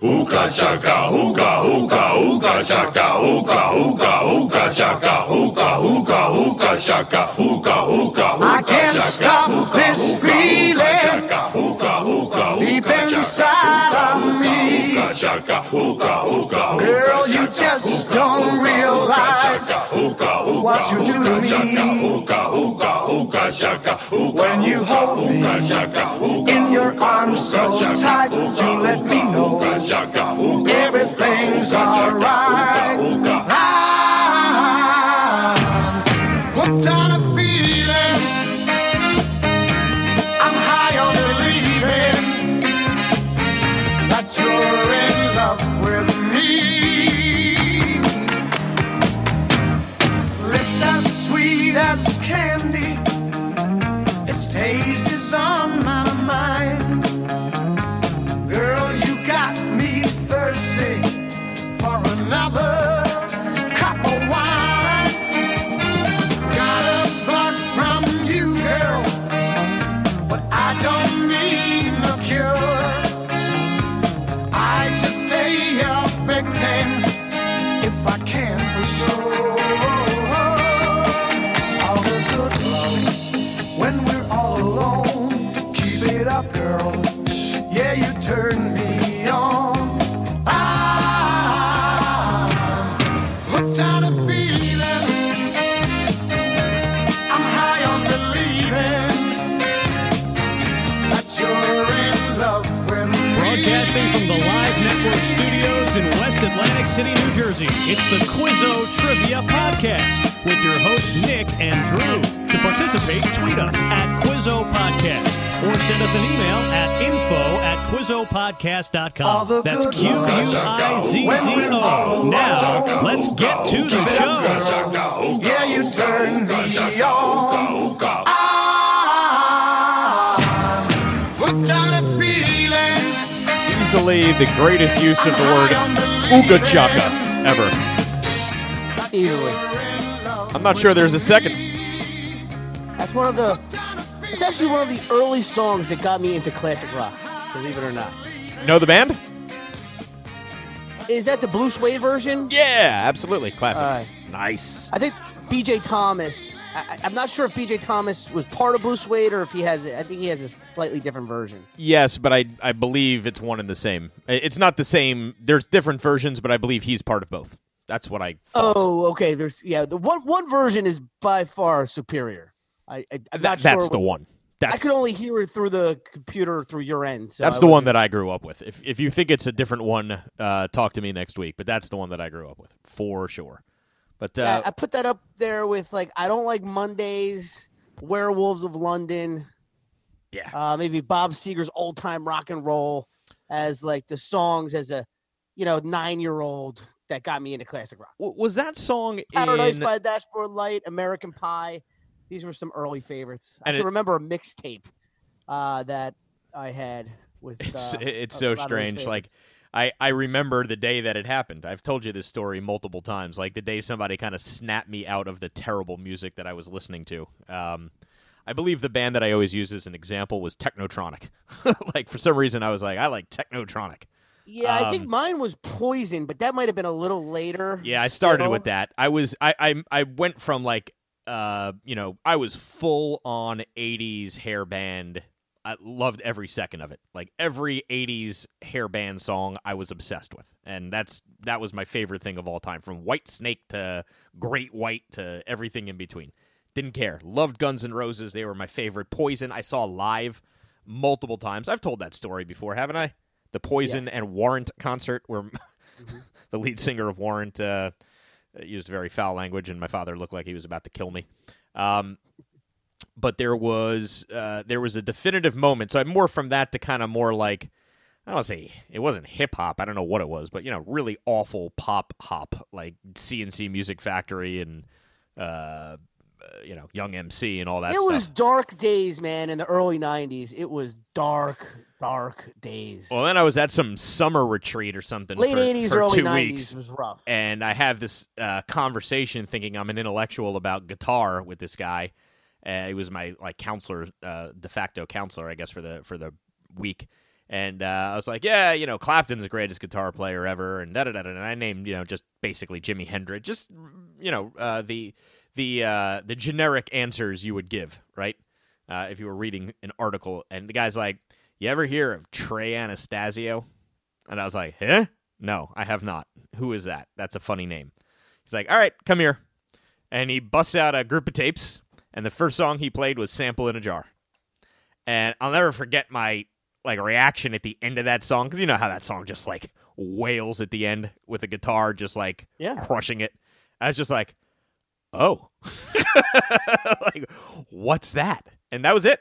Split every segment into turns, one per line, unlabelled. Hookah chaka, hookah, hookah, hookah chaka, hookah, hookah, hookah chaka, hookah, hookah, hookah chaka, hookah, hookah,
I
hookah
can't
chaka,
stop this feeling
chaka, hookah, hookah,
deep
hookah
inside of me.
hookah chaka, hookah, hookah, hookah
Girl, you
chaka,
just
hookah,
don't realize
chaka, hookah, hookah,
what you do to
hookah chaka,
me.
hookah, hookah, hookah chaka, hookah,
When you
hookah,
hold me
hookah chaka, hookah,
in your
hookah,
arms so
hookah chaka,
tight, you
hookah,
let me
hookah,
know
hookah chaka, hookah,
everything's
hookah chaka,
alright.
hookah, hookah,
Ah, I'm hooked on a feeling. I'm high on believing that you're in love with me. Lips as sweet as candy. Its taste is on my mind. Girl, you got me thirsty for another cup of wine. Got a bug from you, girl, but I don't need no cure. I just stay a victim if I can for sure. All the good love when we're all alone. Keep it up, girl. Yeah, you turn me on. Ah, I'm hooked on a feeling. I'm high on believing that you're in love with me.
Broadcasting from the Live Network studios in West Atlantic City, New Jersey, it's the Quizzo Trivia Podcast with your hosts, Nick and Drew. To participate, tweet us at Quizzo Podcast or send us an email at info at
All the
QuizzoPodcast.com. That's
good
Q U I Z Z O. Now, let's get to the show.
Yeah, you turn me on. Ah, I'm hooked on a feeling.
Easily the greatest use of the word ooga chaka ever.
Easily.
I'm not sure there's a second.
That's one of the. It's actually one of the early songs that got me into classic rock. Believe it or not.
Know the band?
Is that the Blue Suede version?
Yeah, absolutely. Classic.
All right.
nice.
I think B.J. Thomas. I, I- I'm not sure if B.J. Thomas was part of Blue Suede or if he has. I think he has a slightly different version.
Yes, but I I believe it's one and the same. I- It's not the same. There's different versions, but I believe he's part of both. That's what I. Thought.
Oh, okay. There's yeah. The one one version is by far superior. I, I I'm not
That-
sure
that's the
which-
one.
I
That's
could only hear it through the computer through your end. So
that's
I
the one
wasn't-
that I grew up with. If if you think it's a different one, uh, talk to me next week. But that's the one that I grew up with for sure. But uh,
I, I put that up there with like I don't like Mondays, Werewolves of London.
Yeah.
Uh, maybe Bob Seger's old time rock and roll as like the songs as a you know nine year old that got me into classic rock.
w- was that song
Paradise
in?
by Dashboard Light, American Pie. These were some early favorites. I
And
can
it-
remember a mixtape uh, that I had with.
It's
uh,
it- it's
a
so
lot of those
strange. Like
favorites.
I I remember the day that it happened. I've told you this story multiple times. Like the day somebody kind of snapped me out of the terrible music that I was listening to. Um, I believe the band that I always use as an example was Technotronic. like for some reason, I was like, I like Technotronic.
yeah, I think
um,
mine was Poison, but that might have been a little later.
Yeah, I started
still.
with that. I was I I I went from like uh you know I was full on '80s hair band. I loved every second of it. Like every '80s hair band song, I was obsessed with, and that's that was my favorite thing of all time. From White Snake to Great White to everything in between. Didn't care. Loved Guns N' Roses. They were my favorite. Poison. I saw live multiple times. I've told that story before, haven't I? The Poison and Warrant concert where the lead singer of Warrant uh, used very foul language, and my father looked like he was about to kill me. Um, but there was uh, there was a definitive moment. So I'm more from that to kind of more like I don't want to say it wasn't hip hop. I don't know what it was, but you know, really awful pop hop like CNC Music Factory and uh, uh, you know Young MC and all that.
It
stuff.
was dark days, man, in the early 90s. It was dark, dark days.
Well, then I was at some summer retreat or something.
Late
for,
80s,
for
early
two
90s
weeks.
was rough.
and I have this uh, conversation thinking I'm an intellectual about guitar with this guy. Uh, he was my like counselor, uh, de facto counselor, I guess for the for the week. And uh, I was like, yeah, you know, Clapton's the greatest guitar player ever, and da da da. And I named, you know, just basically Jimi Hendrix, just you know, uh, the the uh, the generic answers you would give, right? Uh, if you were reading an article, and the guy's like, "You ever hear of Trey Anastasio?" And I was like, "Huh? No, I have not. Who is that? That's a funny name." He's like, "All right, come here," and he busts out a group of tapes, and the first song he played was "Sample in a Jar." and I'll never forget my like reaction at the end of that song because you know how that song just like wails at the end with a guitar just like
Yeah.
crushing it. I was just like, oh, like what's that? And that was it.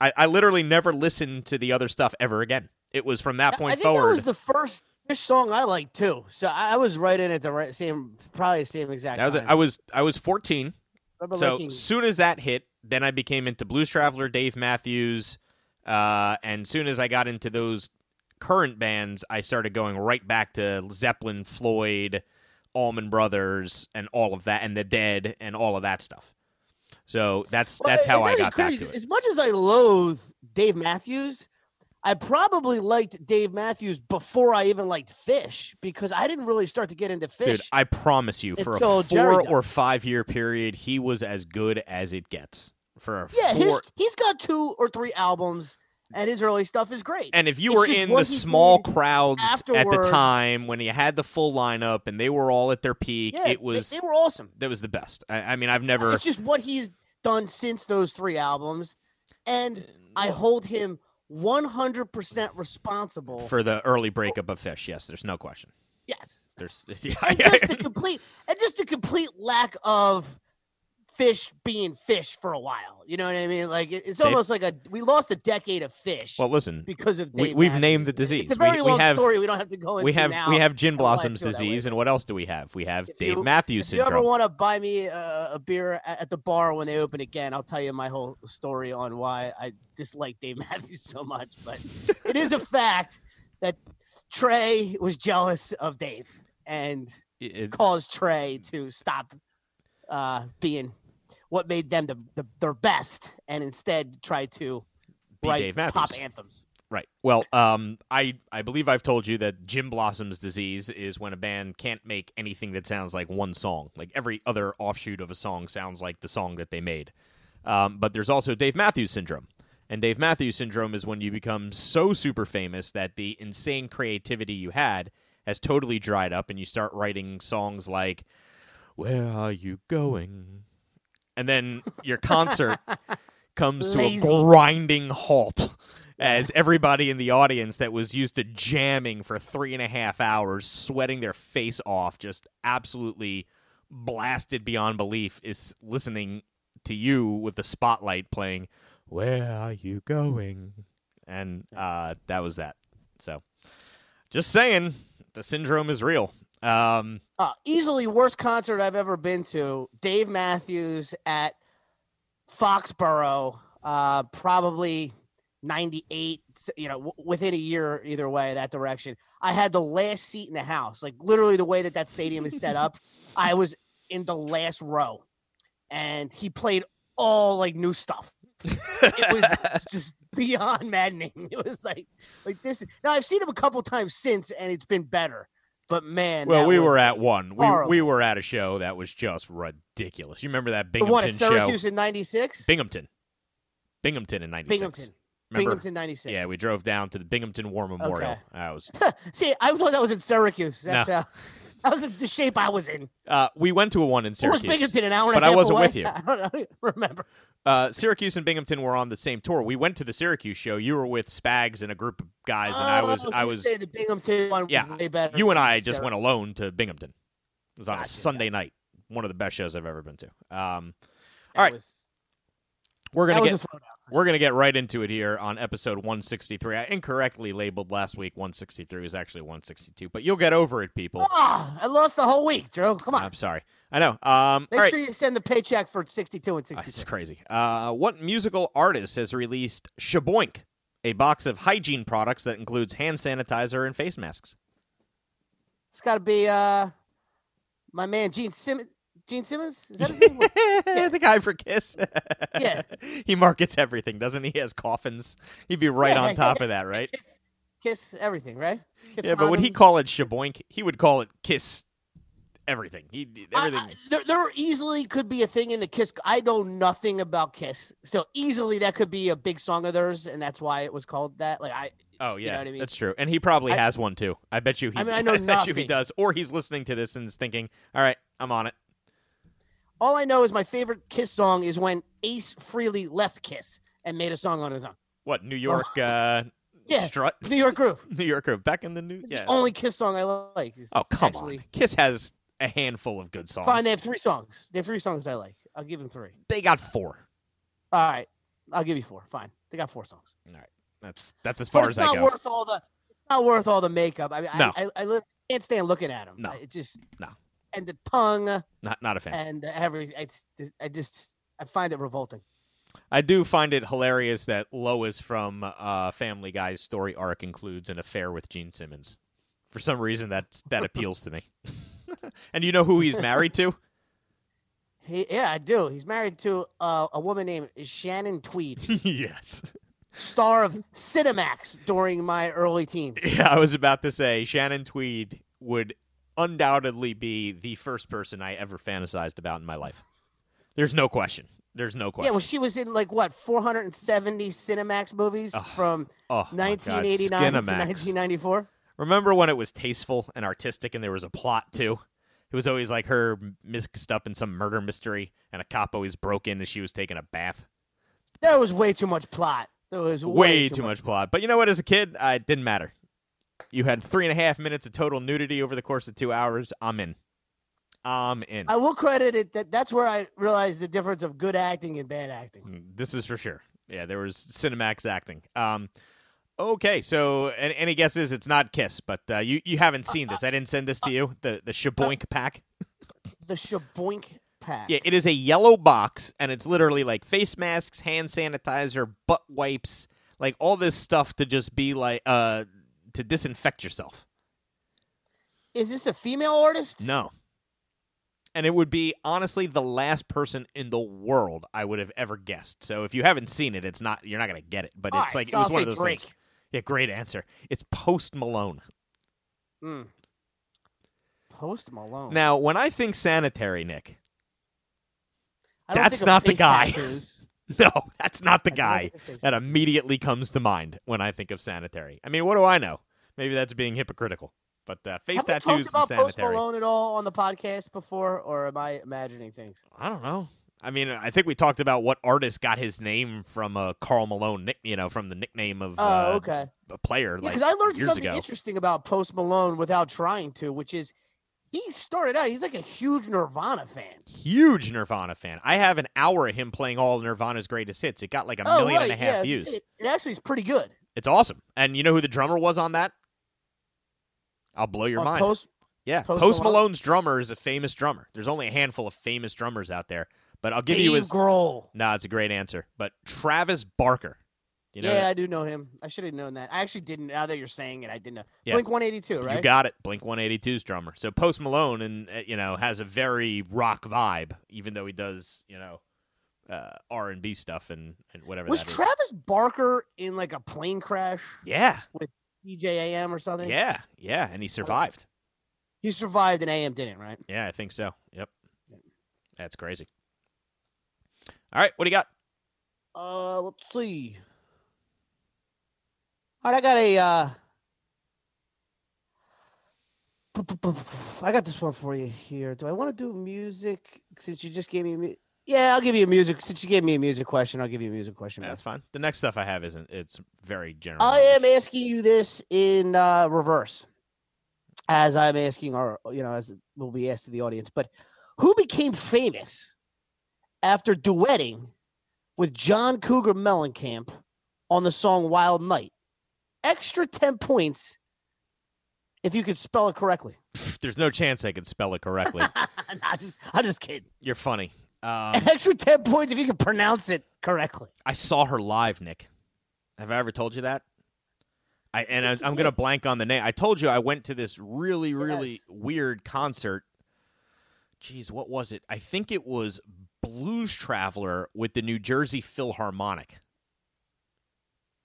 I, I literally never listened to the other stuff ever again. It was from that
I-
point
I think
forward.
that was the first Fish song I liked too. So I, I was right in at the right same, probably the same exact.
that was it.
time.
I was I was fourteen.
remember
So
liking-
soon as that hit, then I became into Blues Traveler, Dave Matthews, uh, and soon as I got into those current bands, I started going right back to Zeppelin, Floyd, Allman Brothers, and all of that, and the Dead, and all of that stuff. So that's
Well,
that's how
it's
I
actually
got back
crazy.
to it.
As much as I loathe Dave Matthews, I probably liked Dave Matthews before I even liked Fish because I didn't really start to get into Fish.
Dude, I promise you, for a
Until Jerry
four
died.
or five year period, he was as good as it gets. For a
yeah,
four,
his, he's got two or three albums, and his early stuff is great.
And if you
It's
were
just
in
what
the
he
small
did
crowds at the
afterwards.
time when he had the full lineup and they were all at their peak,
yeah,
it
they-
was
they, were awesome.
that was the best. I, I mean, I've never.
It's just what he's done since those three albums,
Uh,
and I hold him one hundred percent responsible.
for the early breakup of Fish, yes, there's no question.
yes,
There's
and just the complete and just the complete lack of fish being fish for a while. You know what I mean? Like it- it's
Dave-
almost like a we lost a decade of fish
well, listen,
because of
we,
Dave
we've
Matthews.
named the disease.
It's a very
we, we
long
have,
story. We don't have to go into
We have
now.
we have gin
know why I
blossoms
feel that way.
disease, and what else do we have? We have
If
Dave
you-
Matthews
If you ever
syndrome.
want to buy me a, a beer at, at the bar when they open again, I'll tell you my whole story on why I dislike Dave Matthews so much. But it is a fact that Trey was jealous of Dave, and
It- it-
caused Trey to stop uh, being what made them the, the, their best and instead try to
Be
write
Dave
pop
Matthews.
anthems.
Right. Well, um, I I believe I've told you that Jim Blossom's disease is when a band can't make anything that sounds like one song. Like every other offshoot of a song sounds like the song that they made. Um, but there's also Dave Matthews syndrome, and Dave Matthews syndrome is when you become so super famous that the insane creativity you had has totally dried up, and you start writing songs like "Where Are You Going," and then your concert comes
Lazy.
to a grinding halt as everybody in the audience that was used to jamming for three and a half hours, sweating their face off, just absolutely blasted beyond belief, is listening to you with the spotlight playing, Where Are You Going? And uh, that was that. So just saying, the syndrome is real. Um,
Uh, easily worst concert I've ever been to. Dave Matthews at Foxborough, uh, probably 98, you know, w- within a year, either way, that direction. I had the last seat in the house, like literally the way that that stadium is set up. I was in the last row, and he played all like new stuff. it was just beyond maddening. It was like, like this. Now I've seen him a couple times since, and it's been better. But man,
well,
that
we
was-
were at one. We, we
horrible.
were at a show that was just ridiculous. You remember that
The one
Binghamton
at
show?
Syracuse in '96.
Binghamton. Binghamton in 96.
Binghamton.
Remember?
Binghamton '96.
Yeah, we drove down to the Binghamton War Memorial.
Okay.
I was,
See, I thought that was in Syracuse. That's how. That was the shape I was in.
uh, we went to a one in
It was
Syracuse.
Binghamton an hour and
But
a
I
half
wasn't
away?
with you.
I don't, I don't remember.
Uh, Syracuse and Binghamton were on the same tour. We went to the Syracuse show. You were with Spags and a group of guys, and I was,
Oh, so
I
you
was.
say the Binghamton one was
Yeah,
way better
You and
than
I just went
Syracuse.
alone to Binghamton. It was on a
Gotcha,
Sunday night. One of the best shows I've ever been to. Um,
That
alright,
was-
we're gonna
that
get
was a throwdown for
We're going to get right into it here on episode 163. I incorrectly labeled last week 163 is actually 162, but you'll get over it, people.
sure. Ah, I lost the whole week, Drew. Come on.
I'm sorry. I know. Um, all
Make
right.
sure you send the paycheck for 62 and
Ah, It's
63.
crazy. Uh, what musical artist has released Shaboink, a box of hygiene products that includes hand sanitizer and face masks?
It's got to be uh, my man Gene Simmons. Gene Simmons? Is that his name?
the guy for Kiss.
Yeah.
he markets everything, doesn't he? He has coffins. He'd be right on
Yeah.
top of that, right?
Kiss, Kiss everything, right? Kiss
yeah, but would he
condoms.
call it shaboink? He would call it kiss everything. He did
I-
everything.
I- there, there easily could be a thing in the Kiss. I know nothing about Kiss, so easily that could be a big song of theirs, and that's why it was called that. Like I,
oh yeah,
know what I mean?
that's true. And he probably
I-
has one too. I bet you. He,
I mean, I know
bet you he
nothing.
does, or he's listening to this and is thinking, "All right, I'm on it."
all I know is my favorite Kiss song is when Ace Freely left Kiss and made a song on his own.
What New York? uh
Yeah.
strut.
New York Groove,
New Yorker back in the new. Yeah.
only Kiss song I like. is
oh come
actually-
on. Kiss has a handful of good songs.
Fine, they have three songs. They have three songs I like. I'll give them three.
They got four.
All right, I'll give you four. Fine, they got four songs.
All right. That's that's as
But
far
it's
as I
not
go.
worth all the it's not worth all the makeup. I mean,
No.
I, I, I literally can't stand looking at him.
No.
it just
No.
and the tongue
Not not a fan.
and every it's I just I find it revolting.
I do find it hilarious that Lois from uh, Family Guy's story arc includes an affair with Gene Simmons. For some reason, that that appeals to me. and you know who he's married to?
He, yeah, I do. He's married to uh, a woman named Shannon Tweed,
yes.
star of Cinemax during my early teens.
Yeah, I was about to say Shannon Tweed would undoubtedly be the first person I ever fantasized about in my life. There's no question. There's no
Yeah,
question.
well, she was in like what 470 Cinemax movies from
oh, my God,
1989 to
Skinamax.
1994.
Remember when it was tasteful and artistic and there was a plot too? It was always like her mixed up in some murder mystery and a cop always broke in and she was taking a bath.
There was way too much plot. There was way,
Way, too much plot. But you know what? As a kid, I, it didn't matter. You had three and a half minutes of total nudity over the course of two hours. I'm in. I'm in.
I will credit it that that's where I realized the difference of good acting and bad acting.
This is for sure. Yeah, there was Cinemax acting. Um, okay, so and any guesses? It's not Kiss, but uh, you you haven't seen this. I didn't send this to you. The the Shaboink pack.
The Shaboink pack.
Yeah, it is a yellow box, and it's literally like face masks, hand sanitizer, butt wipes, like all this stuff to just be like uh to disinfect yourself.
Is this a female artist?
No. And it would be honestly the last person in the world I would have ever guessed. So if you haven't seen it, it's not you're not gonna get it. But
All
it's
right,
like
so
it was
I'll
one
say
of those things.
Drake.
Yeah, great answer. It's Post Malone.
Mm. Post Malone.
Now, when I think sanitary, Nick,
I don't
that's
think of
not the
face
guy.
tattoos.
no, that's not the
I don't
guy
think it's face
that
tattoos.
immediately comes to mind when I think of sanitary. I mean, what do I know? Maybe that's being hypocritical. But uh, face
Have we
tattoos
talked about
and
Post
sanitary.
Malone at all on the podcast before, or am I imagining things?
I don't know. I mean, I think we talked about what artist got his name from a Carl Malone, nick, you know, from the nickname of uh,
Oh, okay.
a player. like
Because I learned
years
something
ago.
interesting about Post Malone without trying to, which is he started out. He's like a huge Nirvana fan.
Huge Nirvana fan. I have an hour of him playing all of Nirvana's greatest hits. It got like a
Oh,
million
right.
and a half
yeah, it's-
views.
It, it actually is pretty good.
It's awesome. And you know who the drummer was on that? I'll blow your
on
mind.
Oh, Post
yeah,
Post
Post,
Malone?
Malone's drummer is a famous drummer. There's only a handful of famous drummers out there, but I'll give
Dave
you his.
Grohl.
nah, it's a great answer. But Travis Barker. You know,
yeah, I do know him. I should have known that. I actually didn't. Now that you're saying it, I didn't know.
Yeah.
Blink 182, right?
You got it. Blink 182's drummer. So Post Malone and uh, you know has a very rock vibe, even though he does you know uh, R and B stuff and, and whatever.
Was
that is.
Travis Barker in like a plane crash,
Yeah,
DJAM or something?
yeah, yeah, and he survived.
He survived and AM didn't, right?
Yeah, I think so. Yep, that's crazy. All right, what do you got?
Uh, let's see. All right, I got a. Uh, p- p- p- I got this one for you here. Do I want to do music since you just gave me? A mu- yeah, I'll give you a music. Since you gave me a music question, I'll give you a music question. back.
That's fine. The next stuff I have isn't. It's very general.
I
knowledge.
am asking you this in uh, reverse, as I'm asking our, you know, as will be asked to the audience. But who became famous after duetting with John Cougar Mellencamp on the song "Wild Night"? Extra ten points if you could spell it correctly.
There's no chance I could spell it correctly.
I just, I'm just kidding.
You're funny. Um,
Extra ten points if you could pronounce it correctly.
I saw her live, Nick. Have I ever told you that? I and I,
think you
I'm gonna
did.
blank on the name. I told you I went to this really, really
Yes.
weird concert. Jeez, what was it? I think it was Blues Traveler with the New Jersey Philharmonic.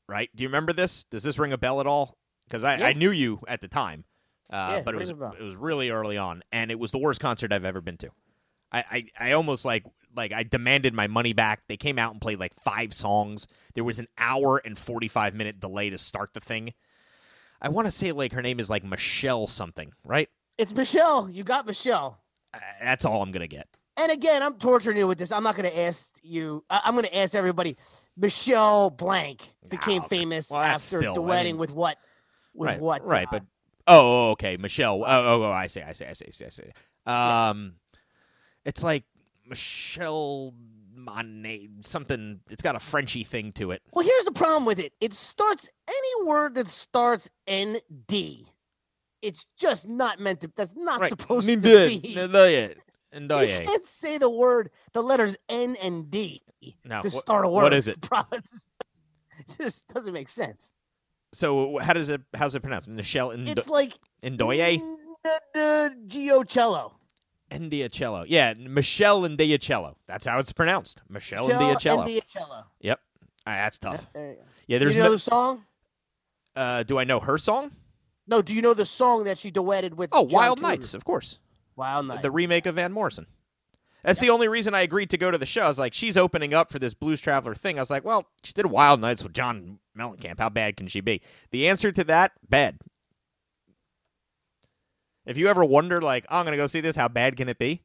Right? Do you remember this? Does this ring a bell at all? because I,
Yeah.
I knew you at the time, uh,
Yeah,
but it
rings
was
a bell.
it was really early on, and it was the worst concert I've ever been to. I, I, I almost like like I demanded my money back. They came out and played like five songs. There was an hour and forty five minute delay to start the thing. I want to say like her name is like Michelle something, right?
It's Michelle. You got Michelle.
Uh, That's all I'm gonna get.
And again, I'm torturing you with this. I'm not going to ask you. I- I'm going to ask everybody. Michelle Blank became
Oh,
famous
well, that's
after
still- I
the wedding
mean-
with what? With
right,
what?
Right,
uh,
but oh, oh, okay, Michelle. Oh, oh, oh, I see, I see, I see, I see, I see. Um, it's like Michelle Monet, something. It's got a Frenchy thing to it.
Well, here's the problem with it. It starts any word that starts N D. It's just not meant to. That's not
right.
supposed to
Need
be.
it, need it, and
you
I ain't.
can't say the word, the letters N and D
No,
to
wh-
start a word.
what is it?
Promise. It just doesn't make sense.
So how does it? How's it pronounced? Michelle Ndo-
It's like
Ndoye,
N- N- N- Giocello.
Ndiacello. Yeah, Michelle Ndiacello. That's how it's pronounced. Michelle
Gio-
Ndiacello.
Ndiacello.
Yep, Ah, that's tough.
There you go.
Yeah,
Do
there's
you know
no.
the song?
Uh, do I know her song?
No, do you know the song that she duetted with?
Oh,
John
Wild
Cougar?
Nights, of course.
Wild Nights.
the remake of Van Morrison. That's the only reason I agreed to go to the show. I was like, she's opening up for this Blues Traveler thing. I was like, well, she did Wild Nights with John Mellencamp. How bad can she be? The answer to that, bad. If you ever wonder, like, oh, I'm going to go see this, how bad can it be?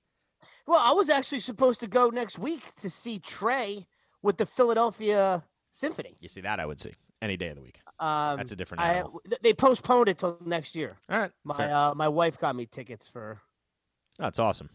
Well, I was actually supposed to go next week to see Trey with the Philadelphia Symphony.
You see, that I would see any day of the week.
Um,
That's a different
I,
animal.
th- they postponed it till next year.
All right.
My
fair.
uh, my wife got me tickets for
That's awesome.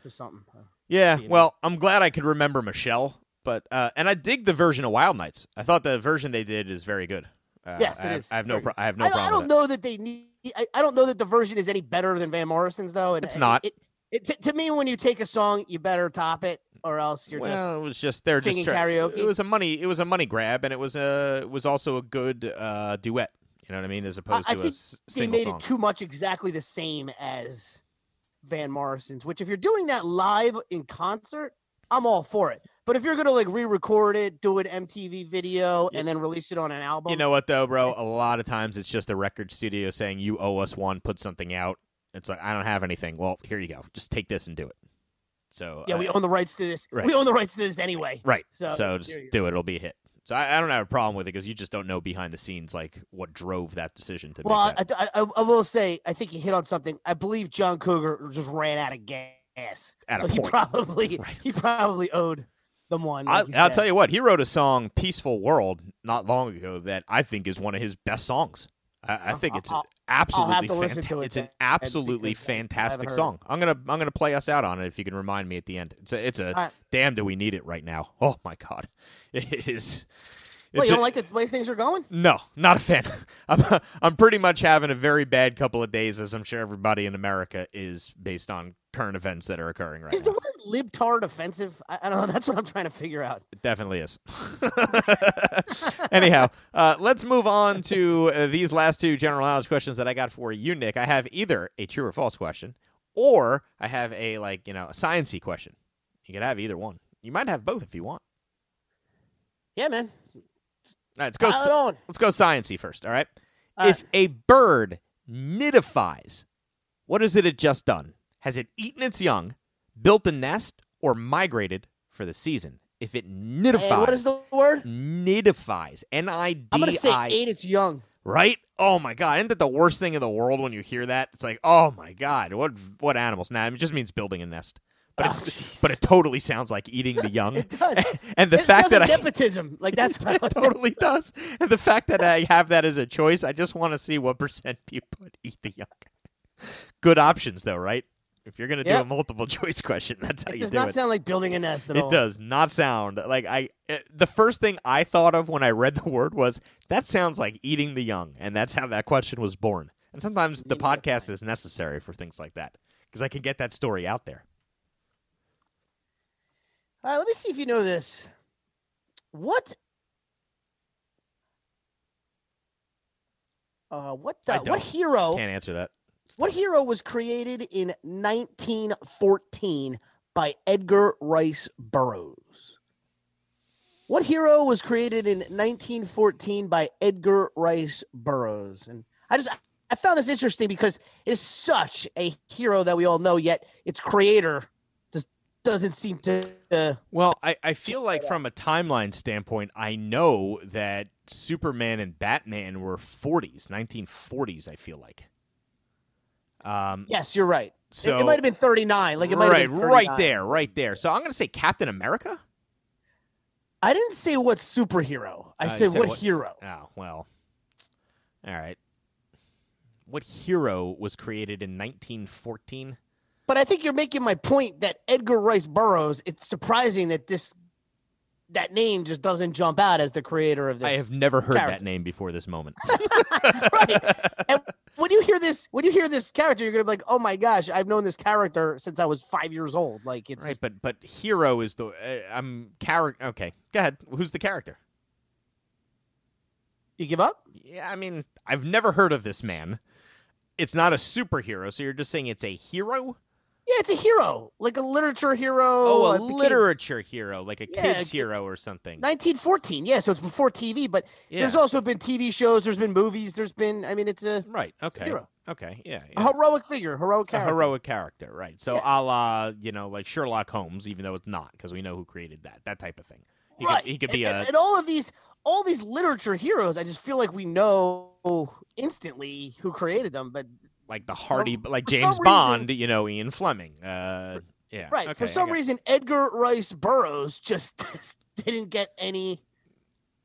for something.
Yeah, well, I'm glad I could remember Michelle, but uh, and I dig the version of Wild Nights. I thought the version they did is very good. Uh,
Yes,
I
it
have,
is.
I have no,
Very
pro- I have no
I,
problem.
I
with
don't
that.
know that they need. I, I don't know that the version is any better than Van Morrison's though. And
It's
I-
not.
It, it, to- to me, when you take a song, you better top it, or else you're
well,
just.
it was just they're
singing
just try-
karaoke?
It was a money. It was a money grab, and it was a it was also a good uh, duet. You know what I mean? As opposed
I
to a
think
s-
they
single
made
song.
it too much exactly the same as Van Morrison's, which if you're doing that live in concert, I'm all for it. But if you're gonna like re-record it, do an MTV video, and then release it on an album,
you know what though, bro? A lot of times it's just a record studio saying you owe us one, put something out. It's like I don't have anything. Well, here you go. Just take this and do it. So
yeah, we
uh,
own the rights to this.
right.
We own the rights to this anyway.
right.
So,
So
here
just
you go.
do it. It'll be a hit. So I, I don't have a problem with it because you just don't know behind the scenes like what drove that decision to.
Well,
make
I,
that.
I, I, I will say, I think you hit on something. I believe John Cougar just ran out of gas,
At a
so he
point.
probably
Right.
he probably owed them one.
I,
Like
I'll tell you what, he wrote a song, Peaceful World, not long ago that I think is one of his best songs. I, I
I'll-
think it's
Uh, I'll-
absolutely
to listen
fanta-
to it
it's an
then,
absolutely
because I haven't
fantastic
heard it.
song. I'm gonna I'm gonna play us out on it if you can remind me at the end. It's a, it's a
All right.
damn do we need it right now. Oh my god. It is
Well,
it's
you don't
a-
like the ways things are going?
no, not a fan. I'm, I'm pretty much having a very bad couple of days, as I'm sure everybody in America is, based on current events that are occurring right
Is the
now.
word libtard offensive? I, I don't know. That's what I'm trying to figure out.
It definitely is. Anyhow, uh, let's move on to uh, these last two general knowledge questions that I got for you, Nick. I have either a true or false question, or I have a like you know a sciency question. You could have either one. You might have both if you want.
Yeah, man.
All right, let's go.
Pile it on.
Let's go sciency first. All right.
All
if a bird nidifies, what is it it just done? Has it eaten its young, built a nest, or migrated for the season? If it nidifies,
And what is the word?
nidifies. N I D
I'm gonna say
I.
eight. It's young.
Right? Oh my god! Isn't that the worst thing in the world when you hear that? It's like, oh my god, what what animals? Nah, it just means building a nest. But
Oh,
it's,
jeez.
but it totally sounds like eating the young.
It does.
and the
it
fact
sounds
that
like
I
nepotism. Like that's what I
it
was
totally does, and the fact that I have that as a choice, I just want to see what percent people would eat the young. Good options though, right? If you're gonna do
Yep.
a multiple choice question, that's how
It
you
does
do
not
it.
sound like building a nest at all.
It does not sound like I. It, the first thing I thought of when I read the word was that sounds like eating the young, and that's how that question was born. And sometimes the podcast is necessary for things like that because I can get that story out there.
All right, let me see if you know this. What? Uh, what the,
I
what
don't.
hero?
Can't answer that.
What hero was created in 1914 by Edgar Rice Burroughs? What hero was created in 1914 by Edgar Rice Burroughs? And I just I found this interesting because it is such a hero that we all know, yet its creator just doesn't seem to. Uh,
Well, I, I feel like from a timeline standpoint, I know that Superman and Batman were 40s, 1940s, I feel like. Um,
yes, you're right. It-
so,
it, might have been 39. Like it might
right,
have been 39.
right there, right there. So I'm going to say Captain America?
I didn't say what superhero.
Uh,
I
you
said
said
what,
what-
hero.
Oh, well. All right. What hero was created in 1914?
But I think you're making my point that Edgar Rice Burroughs. It's surprising that this that name just doesn't jump out as the creator of this.
I have never heard that
character.
name before this moment.
and when you hear this, when you hear this character, you're gonna be like, "Oh my gosh, I've known this character since I was five years old." Like it's
right,
just-
but but hero is the uh, I'm character. Okay, go ahead. Who's the character?
you give up.
Yeah, I mean, I've never heard of this man. It's not a superhero, so you're just saying it's a hero?
Yeah, it's a hero, like a literature hero.
Oh, a
uh, became-
literature hero, like a
Yeah,
kid's
ki-
hero or something.
1914. Yeah, so it's before TV, but there's
Yeah.
also been TV shows. There's been movies. There's been. I mean, it's a,
Right, okay.
hero.
Okay, yeah.
a
yeah.
heroic figure, heroic
A
character.
heroic character, right. So
Yeah.
a la, you know, like Sherlock Holmes, even though it's not, because we know who created that, that type of thing. He
right.
could, he could
And-
be
and,
a.
and all of these, all these literature heroes. I just feel like we know instantly who created them, but
like the
some-
Hardy, like
for some
James
reason-
Bond, you know, Ian Fleming. Uh, yeah.
Right.
okay, I
For some
got-
reason, Edgar Rice Burroughs just didn't get any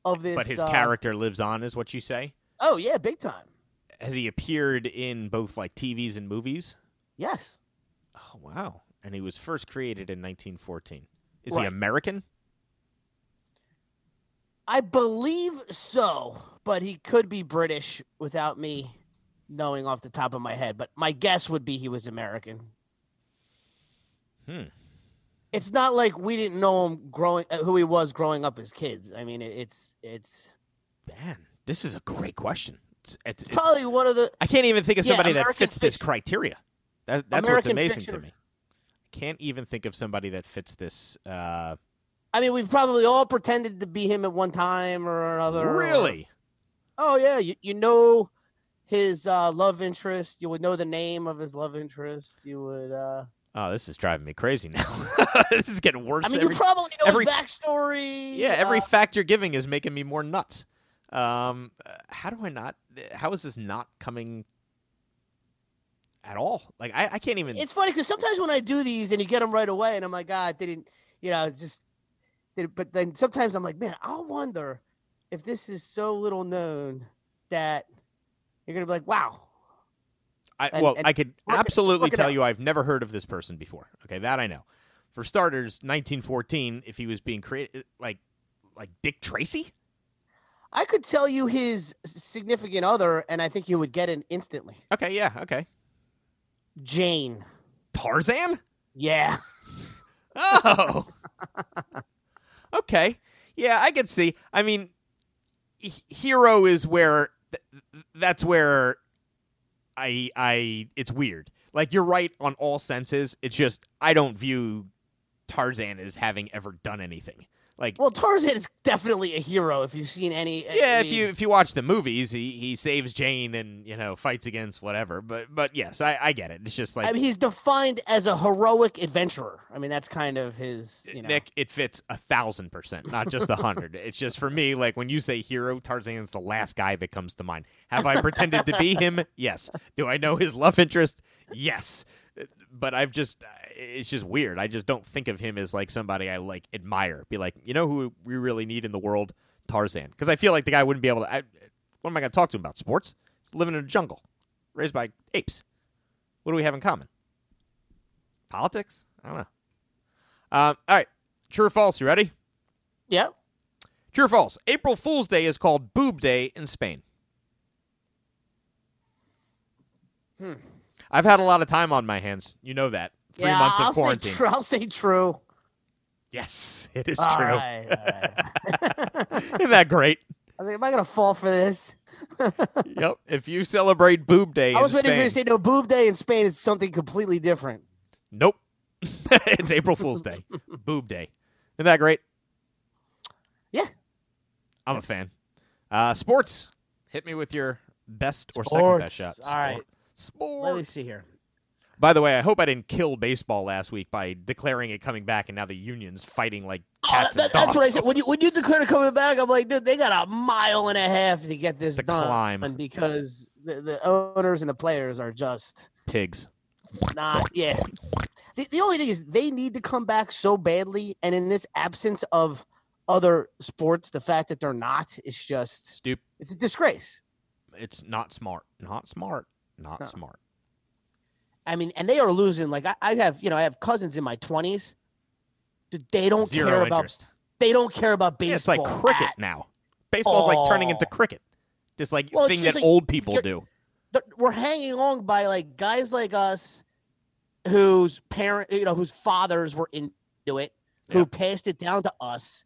of this.
But his
uh,
character lives on, is what you say?
Oh yeah, big time.
Has he appeared in both like TVs and movies?
Yes.
Oh, wow. And he was first created in 1914. Is he
Right.
American?
I believe so, but he could be British without me knowing off the top of my head. But my guess would be he was American.
Hmm.
It's not like we didn't know him growing, uh, who he was growing up as kids. I mean, it, it's it's
Man, this is a great question. It's, it's, it's-
probably one of the
I can't even think of
Yeah,
somebody that
American
fits this criteria. That, that's what's
American
amazing to
fiction-
me. I can't even think of somebody that fits this. Uh,
I mean, we've probably all pretended to be him at one time or another. or-
really?
Oh yeah, you, you know his uh, love interest. You would know the name of his love interest. You would. Uh,
Oh, this is driving me crazy now. this is getting worse.
I mean,
every,
you probably know
every-
his backstory.
yeah, every
uh,
fact you're giving is making me more nuts. Um, uh, how do I not? How is this not coming at all? Like I, I can't even.
it's funny because sometimes when I do these and you get them right away, and I'm like, God, didn't you know? It's just. Did, but then sometimes I'm like, man, I wonder if this is so little known that you're gonna be like, wow,
I,
and-
well,
and
I could
work it-
absolutely
work it
tell
out.
you I've never heard of this person before. Okay, that I know. For starters, 1914. If he was being created, uh, like like Dick Tracy.
I could tell you his significant other, and I think you would get it instantly.
Okay, yeah, okay.
Jane.
Tarzan.
Yeah.
Oh. okay. Yeah, I could see. I mean, h- hero is where th- that's where I I it's weird. Like you're right on all senses. It's just I don't view Tarzan as having ever done anything. Like
Well, Tarzan is definitely a hero if you've seen any. I
yeah, if
mean,
you if you watch the movies, he, he saves Jane and you know fights against whatever. But but yes, I, I get it. It's just like
I mean, he's defined as a heroic adventurer. I mean, that's kind of his. You know,
Nick, it fits a thousand percent, not just a hundred. it's just for me, like when you say hero, Tarzan's the last guy that comes to mind. Have I pretended to be him? Yes. Do I know his love interest? Yes. But I've just, uh, it's just weird. I just don't think of him as like somebody I like admire. Be like, you know who we really need in the world? Tarzan. Because I feel like the guy wouldn't be able to. I, what am I going to talk to him about? Sports? He's living in a jungle, raised by apes. What do we have in common? Politics? I don't know. Um, all right. True or false? You ready?
yeah,
True or false? April Fool's Day is called Boob Day in Spain. Hmm. I've had a lot of time on my hands. You know that. Three
yeah.
months
I'll
of quarantine.
Say tr- I'll say true.
yes, it is
All
true.
right, all right.
Isn't that great?
I was like, am I gonna fall for this?
yep. If you celebrate Boob Day
I was
in
waiting for you
Spain,
to say no. Boob day in Spain is something completely different.
nope. it's April Fool's Day. Boob Day. Isn't that great?
Yeah.
I'm a fan. Uh, sports. Hit me with your best or second best shot.
Sports. All right. Let me
Sports.
see here.
By the way, I hope I didn't kill baseball last week by declaring it coming back, and now the union's fighting like
Oh,
cats
that-
and dogs.
that's what I said. When you when you declare to coming back, I'm like, dude, they got a mile and a half to get this
To
done
climb.
because the, the owners and the players are just
Pigs.
not. Yeah. The, the only thing is they need to come back so badly, and in this absence of other sports, the fact that they're not is just
Stoop.
it's a disgrace.
It's not smart. Not smart. Not
No.
smart.
I mean, and they are losing. Like I, I have, you know, I have cousins in my twenties. They don't
Zero
care about
interest.
they don't care about baseball.
Yeah, it's like cricket
at-
now. Baseball's like turning
all.
into cricket. This like
Well, it's
thing
just
that
like
old people
you're-
do.
th- We're hanging on by like guys like us, whose parent, you know, whose fathers were into it, who
Yeah.
passed it down to us,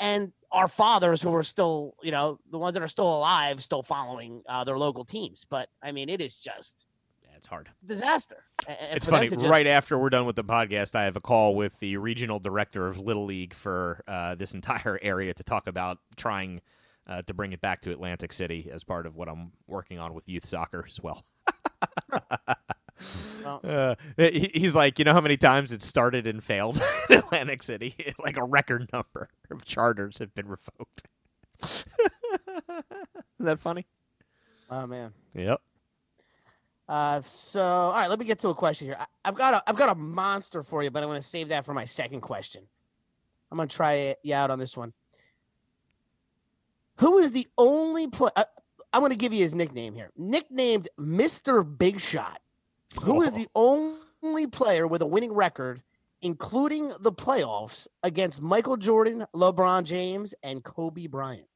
and our fathers who are still, you know, the ones that are still alive, still following uh, their local teams. But I mean, it is just
Yeah, it's hard.
a disaster. A- and
it's
for them
funny.
to
Right
just-
after we're done with the podcast, I have a call with the regional director of Little League for uh, this entire area to talk about trying uh, to bring it back to Atlantic City as part of what I'm working on with youth soccer as well.
Well.
Uh, he- he's like, you know how many times it started and failed in Atlantic City? like a record number of charters have been revoked. Isn't that funny?
Oh man.
Yep.
Uh, so all right, let me get to a question here. I, I've got a I've got a monster for you, but I'm going to save that for my second question. I'm going to try it you out on this one. Who is the only player? I'm going to give you his nickname here, nicknamed Mister Big Shot. Who is the only player with a winning record, including the playoffs, against Michael Jordan, LeBron James, and Kobe Bryant?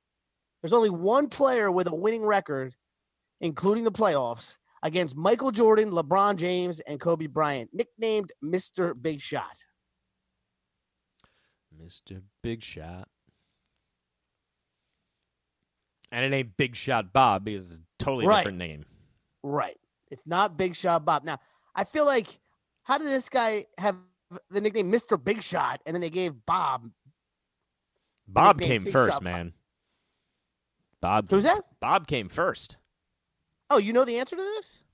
There's only one player with a winning record, including the playoffs, against Michael Jordan, LeBron James, and Kobe Bryant, nicknamed Mr. Big Shot.
Mr. Big Shot. And it ain't Big Shot Bob because it's a totally
Right.
different name.
Right. It's not Big Shot Bob. Now, I feel like how did this guy have the nickname Mr. Big Shot and then they gave Bob?
Bob
nickname
came
Big
first,
Shot Bob.
man. Bob.
Who's
came-
that?
Bob came first.
Oh, you know the answer to this?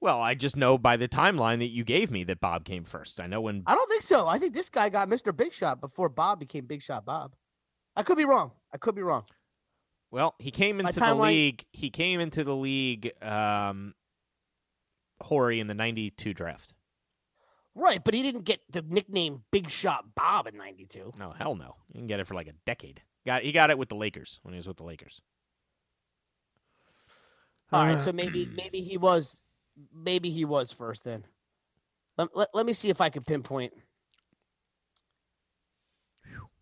Well, I just know by the timeline that you gave me that Bob came first. I know when.
I don't think so. I think this guy got Mr. Big Shot before Bob became Big Shot Bob. I could be wrong. I could be wrong.
Well, he came
My
into the
timeline-
league. He came into the league, um, Horry in the '92 draft.
Right, but he didn't get the nickname Big Shot Bob in 92.
No, hell no. You can get it for like a decade. Got he got it with the Lakers when he was with the Lakers.
All right, so maybe maybe he was maybe he was first then. Let, let, let me see if I can pinpoint.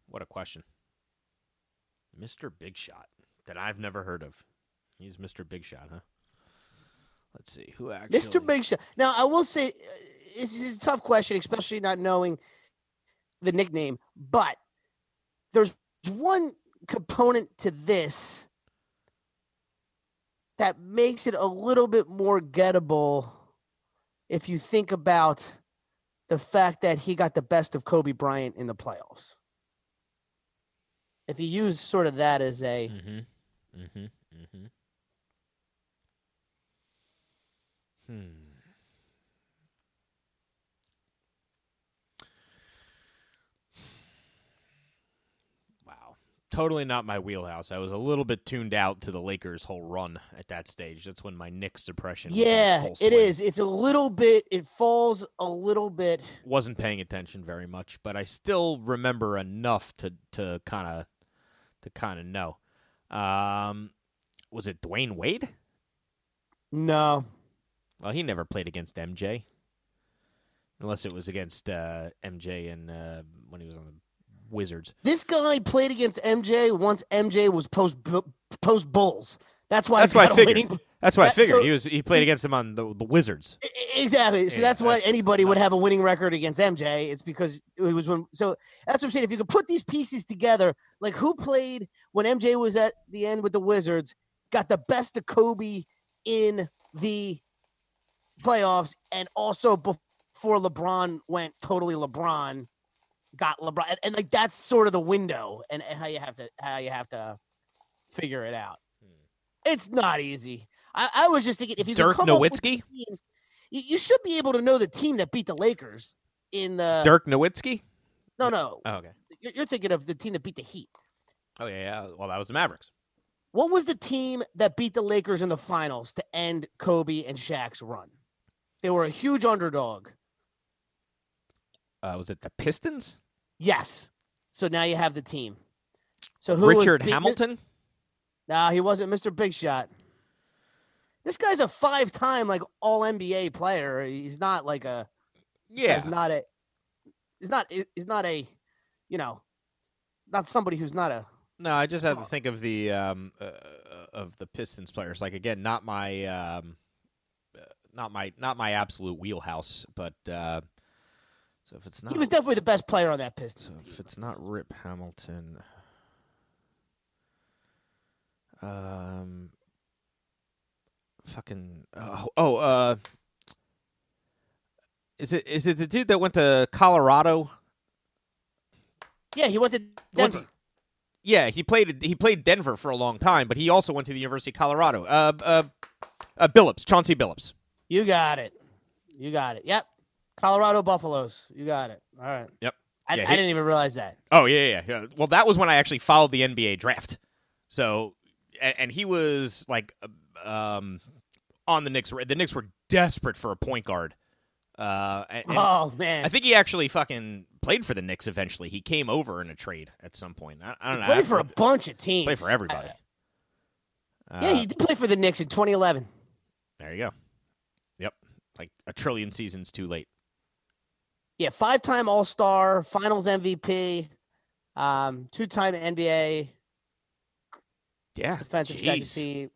What a question. Mr. Big Shot that I've never heard of. He's Mr. Big Shot, huh? Let's see who actually.
Mr. Big Shot. Now, I will say uh, this is a tough question, especially not knowing the nickname, but there's one component to this that makes it a little bit more gettable if you think about the fact that he got the best of Kobe Bryant in the playoffs. If you use sort of that as a
Mm-hmm. Mm-hmm. Mm-hmm. Hmm. Wow. Totally not my wheelhouse. I was a little bit tuned out to the Lakers' whole run at that stage. That's when my Knicks depression. was in
Yeah,
full
it
swing.
is. It's a little bit. It falls a little bit.
Wasn't paying attention very much, but I still remember enough to to kind of to kind of know. Um, was it Dwayne Wade?
No,
Well, he never played against MJ, unless it was against uh, MJ and uh, when he was on the Wizards.
this guy played against MJ once MJ was post Bu- post Bulls. That's why.
That's
he's
why I
got a
figured.
winning-
That's why I
That-
figured
so-
he was. He played
see-
against him on the the Wizards.
E- e- Exactly. So
Yeah,
that's why
that's-
anybody would have a winning record against MJ. It's because it was when. So that's what I'm saying. If you could put these pieces together, like who played when MJ was at the end with the Wizards, got the best of Kobe in the playoffs, and also before LeBron went totally LeBron, got LeBron, and, and like that's sort of the window and, and how you have to how you have to figure it out. It's not easy. I, I was just thinking if you could
Hmm. Dirk
come up with a
Nowitzki?
team- you, you should be able to know the team that beat the Lakers in the
Dirk Nowitzki.
no no.
Oh, okay.
You're, you're thinking of the team that beat the Heat.
Oh yeah, yeah. Well, that was the Mavericks.
What was the team that beat the Lakers in the finals to end Kobe and Shaq's run? They were a huge underdog.
Uh, was it the Pistons?
Yes. So now you have the team. So who was
Richard
beat-
Hamilton.
No, he wasn't Mr. Big Shot. This guy's a five-time like All NBA player. He's not like a
Yeah.
He's not a. He's not. He's not a. You know, not somebody who's not a.
No, I just had to think of the um, uh, of the Pistons players. Like again, not my um, uh, not my not my absolute wheelhouse, but uh, so if it's not
He was definitely the best player on that Pistons
so
team.
if it's not Rip Hamilton, um, fucking oh, oh uh, is it is it the dude that went to Colorado?
Yeah, he went to
Went
Denver.
to- Yeah, he played he played Denver for a long time, but he also went to the University of Colorado. Uh, uh, uh Billups, Chauncey Billups.
You got it. You got it. Yep. Colorado Buffaloes. You got it. All right.
Yep.
I,
Yeah,
I
he-
didn't even realize that.
Oh yeah, yeah, yeah. Well, that was when I actually followed the NBA draft. So, and, and he was like, um, on the Knicks. The Knicks were desperate for a point guard. Uh, and- and
oh man.
I think he actually fucking played for the Knicks eventually. He came over in a trade at some point. I, I don't know. I
played for a
forget-
bunch of teams.
played for everybody.
I- yeah,
Uh,
he did play for the Knicks in 2011.
there you go. Yep, like a trillion seasons too late.
Yeah, five-time All-Star, Finals MVP, um, two-time NBA
Yeah,
Defensive Second Team.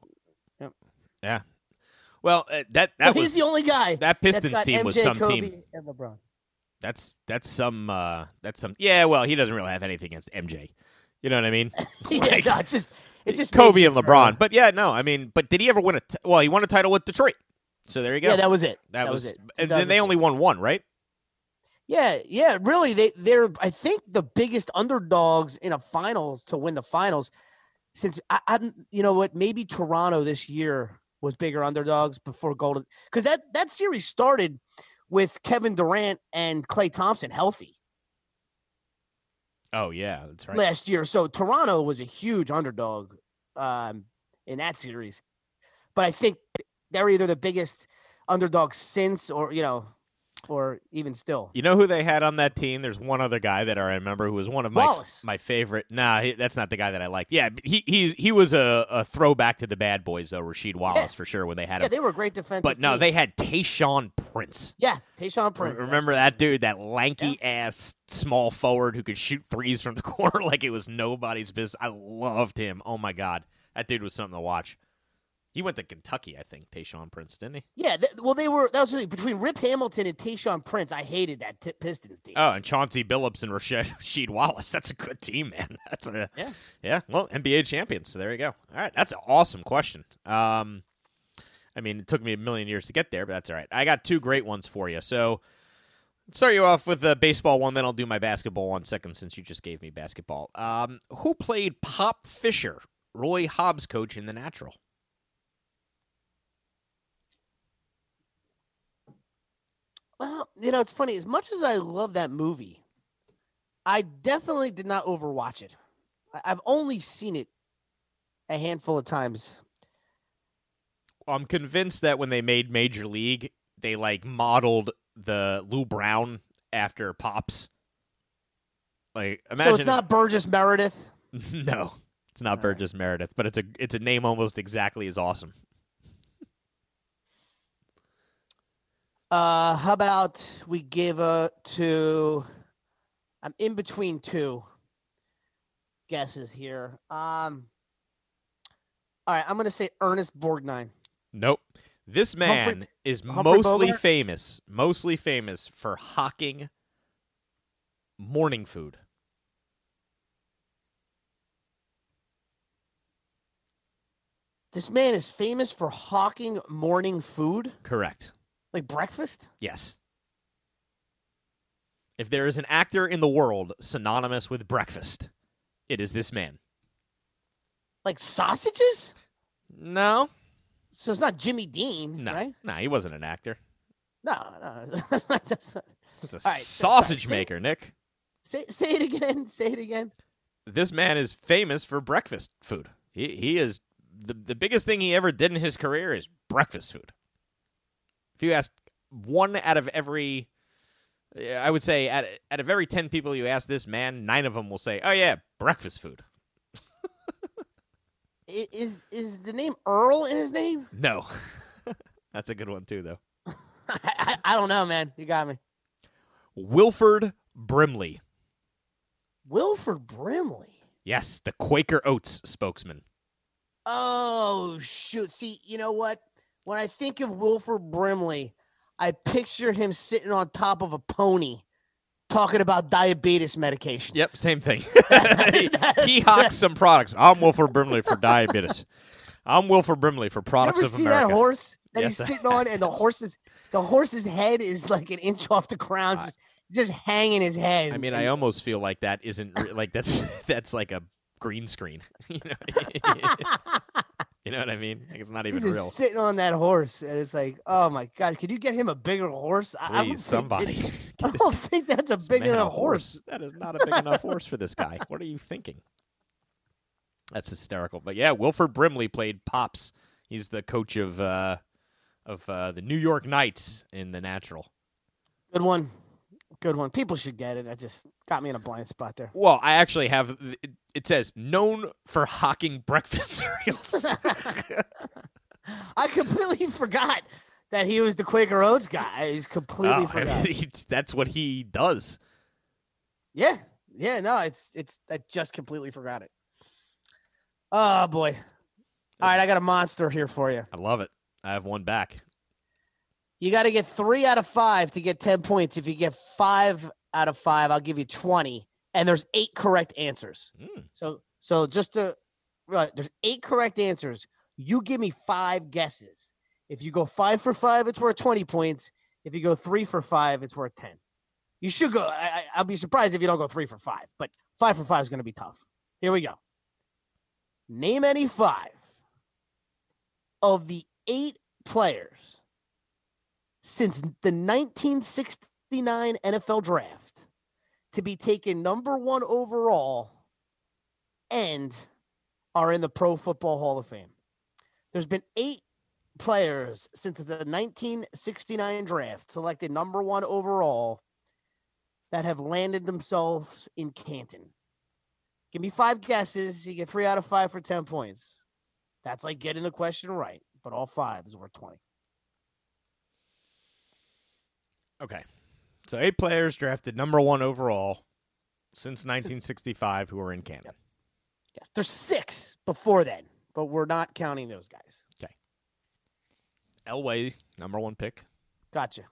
Well, uh, that
No,
that
he's
was
the only guy
that
that's
Pistons
got
team was
MJ,
some
Kobe,
team.
and LeBron.
That's that's some uh that's some. Yeah, well, he doesn't really have anything against MJ. You know what I mean?
yeah,
Like,
no, it's just it just
Kobe
makes
and
it for-
LeBron. But yeah, no, I mean, but did he ever win a? T- well, he won a title with Detroit. So there you go.
Yeah, that was it.
That was,
it.
and then they
2002.
only won one, right?
Yeah, yeah, really. They they're I think the biggest underdogs in a finals to win the finals since I, I'm you know what maybe Toronto this year was bigger underdogs before Golden because that that series started with Kevin Durant and Clay Thompson healthy
Oh yeah, that's right.
last year, so Toronto was a huge underdog um, in that series. But I think they're either the biggest underdog since, or you know, or even still.
You know who they had on that team? There's one other guy that I remember who was one of my
Wallace.
my favorite. Nah, he, that's not the guy that I liked. Yeah, but he he he was a, a throwback to the bad boys though, Rasheed Wallace for sure when they had
Yeah,
him.
they were a great defensive.
but no,
team.
they had Tayshawn Prince.
Yeah, Tayshawn
Re-
Prince.
Remember that dude, that lanky ass small forward who could shoot threes from the corner like it was nobody's business. I loved him. Oh my god, that dude was something to watch. He went to Kentucky, I think. Tayshawn Prince, didn't he?
Yeah, th- well, they were. That was really- between Rip Hamilton and Tayshawn Prince. I hated that t- Pistons team.
Oh, and Chauncey Billups and Rashe- Rasheed Wallace. That's a good team, man. That's a
Yeah.
yeah. Well, NBA champions. So there you go. All right, that's an awesome question. Um, I mean, it took me a million years to get there, but that's all right. I got two great ones for you. So start you off with the baseball one, then I'll do my basketball one second since you just gave me basketball. Um, who played Pop Fisher, Roy Hobbs' coach in The Natural?
Well, you know, it's funny. As much as I love that movie, I definitely did not overwatch it. I- I've only seen it a handful of times.
I'm convinced that when they made Major League, they like modeled the Lou Brown after Pops. Like imagine
So it's not Burgess Meredith.
no, it's not Burgess Meredith, but it's a it's a name almost exactly as awesome.
Uh, how about we give a to? I'm in between two guesses here. Um, all right, I'm gonna say Ernest Borgnine.
Nope. This man is
Humphrey
mostly
Bogart?
famous, mostly famous for hawking morning food.
This man is famous for hawking morning food,
Correct.
like breakfast.
Yes. If there is an actor in the world synonymous with breakfast, it is this man.
like sausages?
No,
So it's not Jimmy Dean,
no,
right?
no. He wasn't an actor.
No, no. that's not- that's not-
He's a
All right, so- sorry,
sausage
say-
maker, Nick.
say, say it again. Say it again.
This man is famous for breakfast food. He he is the the biggest thing he ever did in his career is breakfast food. If you ask one out of every, yeah, I would say out out of every ten people you ask this man, nine of them will say, "Oh yeah, breakfast food."
I- Is is the name Earl in his name?
No, that's a good one too, though.
I, I, I don't know, man. You got me.
Wilford Brimley.
Wilford Brimley.
Yes, the Quaker Oats spokesman.
Oh shoot! See, you know what? When I think of Wilford Brimley, I picture him sitting on top of a pony, talking about diabetes medication.
Yep, same thing. he,
That's-
he hawks some products. I'm Wilford Brimley for diabetes. I'm Wilford Brimley for
You
products
ever
of
see
America.
that horse that he's
Yes, I
sitting on, and the
have.
horse's the horse's head is like an inch off the ground,
I-
just just hanging his head.
I
and-
mean, I almost feel like that isn't re- like that's that's like a green screen. you know, you know what I mean? Like it's not even
He's just
real.
sitting on that horse, and it's like, oh my god, could you get him a bigger horse? I- I, don't
Please,
think that-
somebody. get
I
this
don't think that's a big
man
enough
a
horse.
That is not a big enough horse for this guy. What are you thinking? That's hysterical. But yeah, Wilford Brimley played Pops. He's the coach of uh, of uh, the New York Knights in The Natural.
Good one, good one. People should get it. I just got me in a blind spot there.
Well, I actually have. It, it says known for hawking breakfast cereals.
I completely forgot that he was the Quaker Oats guy. I just completely
Oh, I
forgot.
mean, he- that's what he does.
Yeah, yeah. No, it's it's. I just completely forgot it. Oh boy. All right, I got a monster here for you.
I love it. I have one back.
You got to get three out of five to get 10 points. If you get five out of five, I'll give you 20. And there's eight correct answers.
Mm.
So, so just to, right, there's eight correct answers. You give me five guesses. If you go five for five, it's worth 20 points. If you go three for five, it's worth 10. You should go. I, I, I'll be surprised if you don't go three for five, but five for five is going to be tough. Here we go. Name any five of the eight players since the 1969 NFL draft to be taken number one overall and are in the Pro Football Hall of Fame. There's been eight players since the 1969 draft selected number one overall that have landed themselves in Canton. Give me five guesses. You get three out of five for 10 points. That's like getting the question right, but all five is worth 20.
Okay. So eight players drafted number one overall since 1965 who are in Canada.
Yes, there's six before then, but we're not counting those guys.
Elway, number one pick.
Gotcha.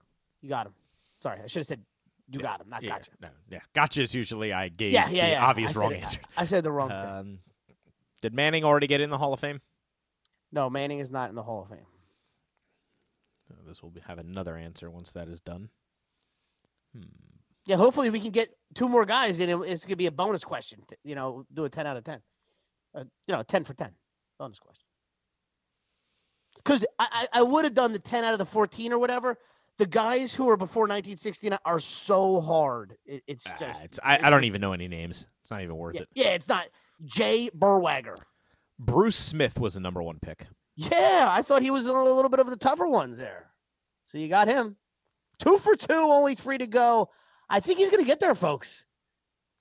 You got him. Sorry, I should have said you got him, not
Yeah,
gotcha.
No, yeah. Gotcha is usually I gave
Yeah, yeah,
the
yeah. I
obvious
said
wrong
it- I-
answer.
I said the wrong thing.
Um, did Manning already get in the Hall of Fame?
No, Manning is not in the Hall of Fame.
Uh, This will be, have another answer once that is done.
Yeah, hopefully we can get two more guys, and it- it's gonna be a bonus question. t- You know, do a ten out of ten. Uh, you know, ten for ten bonus question. Because I, I, I would have done the ten out of the fourteen or whatever. The guys who were before 1969 are so hard. It, it's
Ah,
just
it's- I, I
it's-
don't even know any names. It's not even worth
yeah,
it.
yeah, it's not Jay Burwager.
Bruce Smith was a number one pick.
Yeah, I thought he was a little bit of the tougher ones there. So you got him. Two for two, only three to go. I think he's going to get there, folks.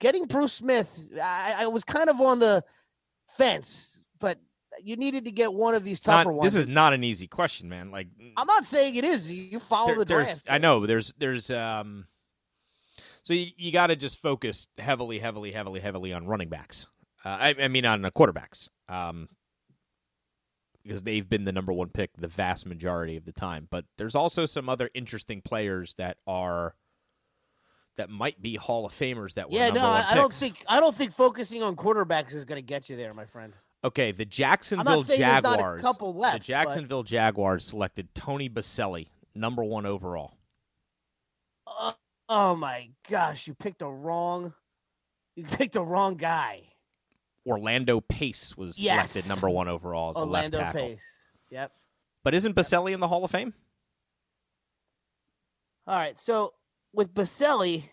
Getting Bruce Smith, I, I was kind of on the fence, but you needed to get one of these
It's not-
tougher ones.
this is not an easy question, man. Like
I'm not saying it is. You follow
there-
the
there's
draft.
I know there's there's um so you, you got to just focus heavily heavily heavily heavily on running backs. Uh, I I mean on the quarterbacks. Um because they've been the number 1 pick the vast majority of the time, but there's also some other interesting players that are that might be Hall of Famers that were
Yeah,
number
no,
one
I, I don't
picks.
think I don't think focusing on quarterbacks is going to get you there, my friend.
Okay, the Jacksonville
saying there's not a
Jaguars.
couple
the
left,
Jacksonville Jaguars selected Tony Baselli, number one overall.
Oh, oh my gosh, you picked the wrong, you picked the wrong guy.
Orlando Pace was
Yes.
selected number one overall as a
Orlando
left tackle.
Pace. Yep.
But isn't Baselli in the Hall of Fame?
All right. So with Baselli,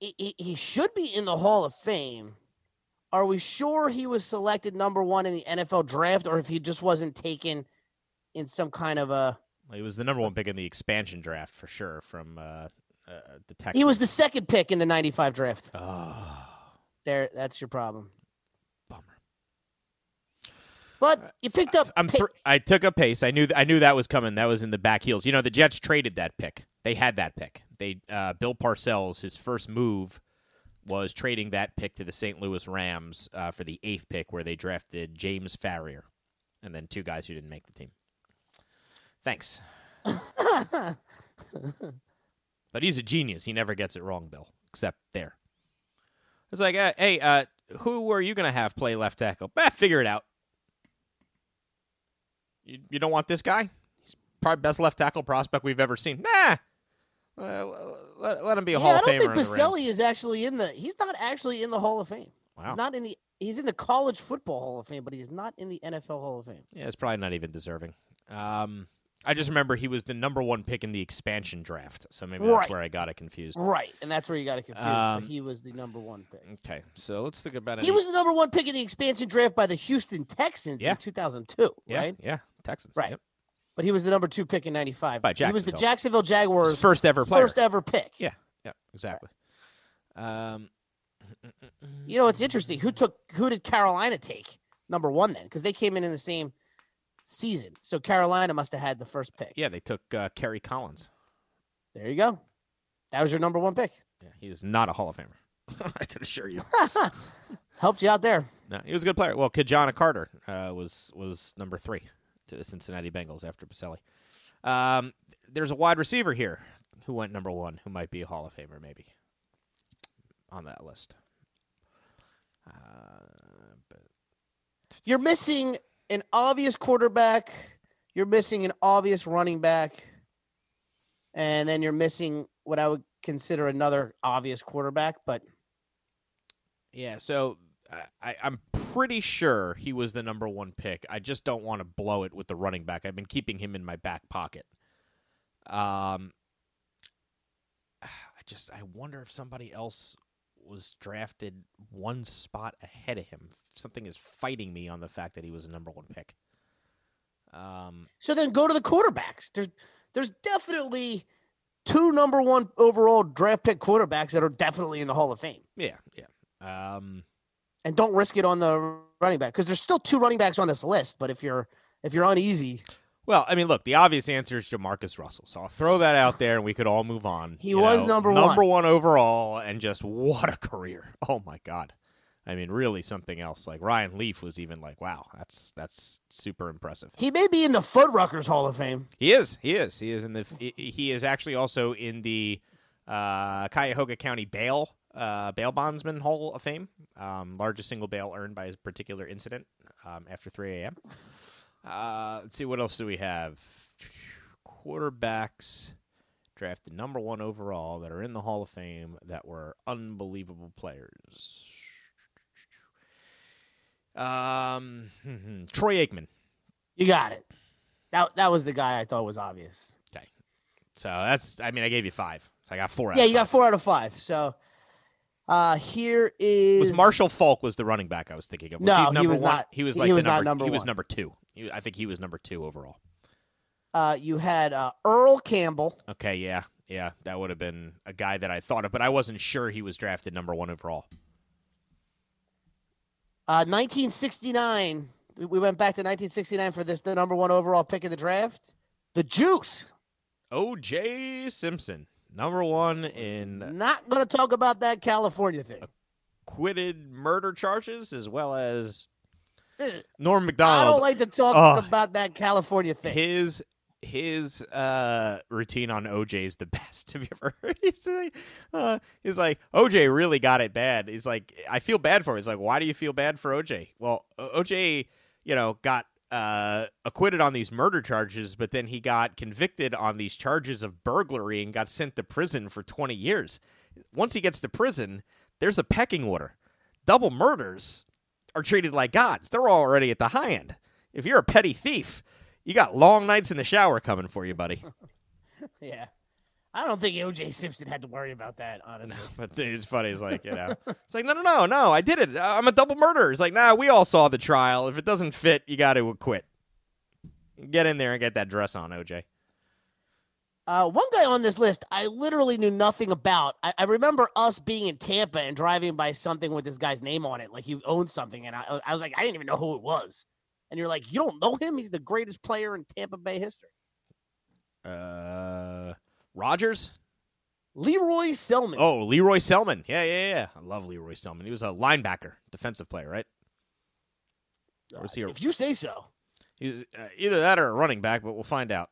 he, he, he should be in the Hall of Fame. Are we sure he was selected number one in the NFL draft or if he just wasn't taken in some kind of a.
He was the number one pick in the expansion draft for sure from uh, uh, the Texans.
He was the second pick in the 95 draft.
Oh,
There, that's your problem.
bummer.
But you picked up.
I'm
pick-
thr- I took a pace. I knew th- I knew that was coming. That was in the back heels. You know, the Jets traded that pick. They had that pick. They uh, Bill Parcells, his first move was trading that pick to the St. Louis Rams uh, for the eighth pick, where they drafted James Farrier, and then two guys who didn't make the team. Thanks, but he's a genius. He never gets it wrong, Bill, except there. It's like, uh, hey, uh, who are you gonna have play left tackle? Bah, figure it out. You, you don't want this guy? He's probably best left tackle prospect we've ever seen. Nah. Uh, let, let him be a
yeah,
Hall
I
of
don't
Famer.
think
on the Rams.
Baselli is actually in the. He's not actually in the Hall of Fame.
Wow.
He's not in the. He's in the College Football Hall of Fame, but he's not in the NFL Hall of Fame.
Yeah, it's probably not even deserving. Um, I just remember he was the number one pick in the expansion draft, so maybe that's
Right.
where I got it confused.
Right, and that's where you got it confused.
Um,
but he was the number one pick.
Okay, so let's think about it.
He was the number one pick in the expansion draft by the Houston Texans
Yeah.
in 2002,
yeah,
right?
Yeah, Texans.
Right.
yep.
But he was the number two pick in 95.
By
He was the
Jacksonville.
Jacksonville Jaguars'
His first ever player.
first ever pick.
Yeah, yeah, exactly. Um,
You know, it's interesting. Who took? Who did Carolina take number one then? Because they came in in the same season, so Carolina must have had the first pick.
yeah, they took uh, Kerry Collins.
There you go. That was your number one pick.
Yeah, he is not a Hall of Famer. I can assure you.
Helped you out there.
No, he was a good player. Well, Kajana Carter uh, was was number three to the Cincinnati Bengals after Baselli. Um, there's a wide receiver here who went number one, who might be a Hall of Famer, maybe on that list.
You're missing an obvious quarterback. You're missing an obvious running back. And then you're missing what I would consider another obvious quarterback. But
Yeah, so I- I, I'm pretty sure he was the number one pick. I just don't want to blow it with the running back. I've been keeping him in my back pocket. Um, I just I wonder if somebody else was drafted one spot ahead of him. Something is fighting me on the fact that he was a number one pick. Um,
so then go to the quarterbacks. There's there's definitely two number one overall draft pick quarterbacks that are definitely in the Hall of Fame.
yeah, yeah. Um,
And don't risk it on the running back because there's still two running backs on this list. But if you're if you're uneasy,
Well, I mean, look, the obvious answer is Jamarcus Russell. So I'll throw that out there and we could all move on.
He was number one.
Number one overall, and just what a career. Oh my God. I mean, really something else. Like Ryan Leaf was even like, wow, that's that's super impressive.
he may be in the Fuddruckers Hall of Fame.
He is, he is. He is in the he- he is actually also in the uh, Cuyahoga County bail uh, bail bondsman hall of fame. Um, largest single bail earned by his particular incident um, after three AM. Uh, let's see what else do we have. Quarterbacks drafted number one overall that are in the Hall of Fame that were unbelievable players. Um, Troy Aikman.
You got it. That that was the guy I thought was obvious.
Okay, so that's. I mean, I gave you five. So I got four. Out
yeah,
of
you got
five.
four out of five. So uh here
It
is
Was Marshall Falk was the running back I was thinking of? Was
No,
he,
he
number
was
one?
not.
He was
He
like the
was not
number,
number
He was
one.
number two. He- I think he was number two overall.
Uh, you had uh, Earl Campbell.
Okay, yeah, yeah, that would have been a guy that I thought of, but I wasn't sure he was drafted number one overall.
Uh, 1969. We- We went back to 1969 for this the number one overall pick in the draft. The Juice.
O.J. Simpson, number one in
Not going to talk about that California thing.
acquitted murder charges, as well as
Ugh.
Norm
Uh, I don't
Macdonald.
like to talk
Oh.
about that California thing.
his his uh routine on OJ is the best. Have you ever heard? He's like, uh, he's like OJ really got it bad. He's like, I feel bad for him. He's like, why do you feel bad for OJ? Well, O- OJ, you know, got uh acquitted on these murder charges, but then he got convicted on these charges of burglary and got sent to prison for twenty years. once he gets to prison, there's a pecking order. Double murders are treated like gods. They're already at the high end. If you're a petty thief, you got long nights in the shower coming for you, buddy.
Yeah. I don't think O.J. Simpson had to worry about that, honestly.
But it's funny. It's like, you know, it's like, no, no, no, no, I did it. Uh, I'm a double murderer. It's like, nah, we all saw the trial. If it doesn't fit, you got to quit. Get in there and get that dress on, OJ.
Uh, one guy on this list I literally knew nothing about. I, I remember us being in Tampa and driving by something with this guy's name on it, like he owned something, and I, I was like, I didn't even know who it was. And you're like, you don't know him? He's the greatest player in Tampa Bay history.
Uh, Rogers?
Leroy Selman.
Oh, Leroy Selman. Yeah, yeah, yeah. I love Leroy Selman. He was a linebacker, defensive player, right? Or was he a,
if you say so.
he was, uh, either that or a running back, but we'll find out.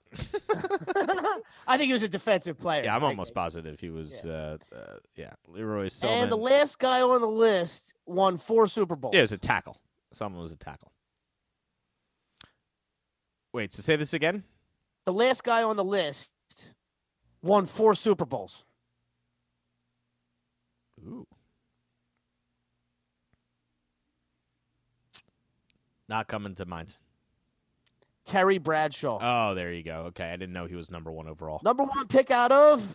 I think he was a defensive player.
Yeah, I'm
Like,
almost positive he was, uh, uh, yeah, Leroy Selman.
And the last guy on the list won four Super Bowls.
Yeah, it was a tackle. Someone was a tackle. Wait, so say this again?
The last guy on the list won four Super Bowls.
Ooh. Not coming to mind.
Terry Bradshaw.
Oh, there you go. Okay, I didn't know he was number one overall.
Number one pick out of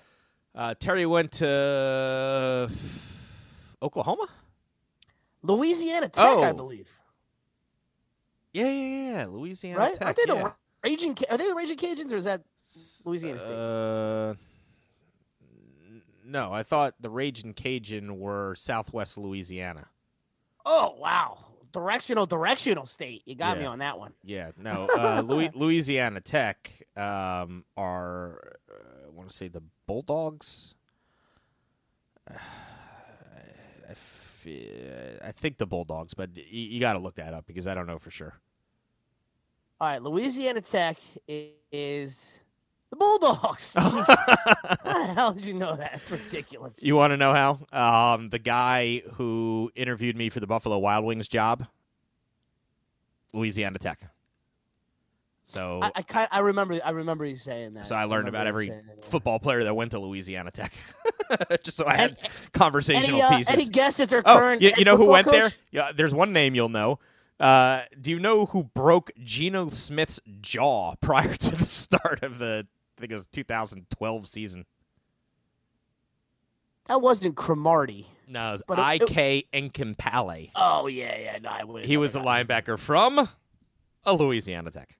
Uh, Terry went to Oklahoma.
Louisiana Tech, I
Oh.
believe.
Yeah, yeah, yeah. Louisiana
right?
Tech.
Aren't they the
yeah.
Ra- Raging? Ca- Are they the Raging Cajuns, or is that Louisiana State?
Uh, n- no, I thought the Raging Cajun were Southwest Louisiana.
Oh wow, directional, directional state. You got me
yeah.
on that one.
Yeah, no, uh, Louis- Louisiana Tech um, are uh, I want to say the Bulldogs. I fe- I think the Bulldogs, but y- you got to look that up because I don't know for sure.
All right, Louisiana Tech i- is the Bulldogs. Jeez. How the hell did you know that? It's ridiculous.
You want to know how? Um, the guy who interviewed me for the Buffalo Wild Wings job, Louisiana Tech. So,
I, I, kind, I remember. I remember you saying that.
so I learned about
remember
every
you saying that.
football player that went to Louisiana Tech. Just so I had
Any-
conversational
Any, uh,
pieces.
any guess at their
oh,
current?
you,
head
you know who
football
went there?
coach?
Yeah, there's one name you'll know. Uh, do you know who broke Geno Smith's jaw prior to the start of the I think it was 2012 season?
That wasn't Cromartie.
No, it was
But it- it-
IK Enkimpale.
Oh yeah, yeah. No, I wouldn't.
He was a linebacker from a Louisiana Tech.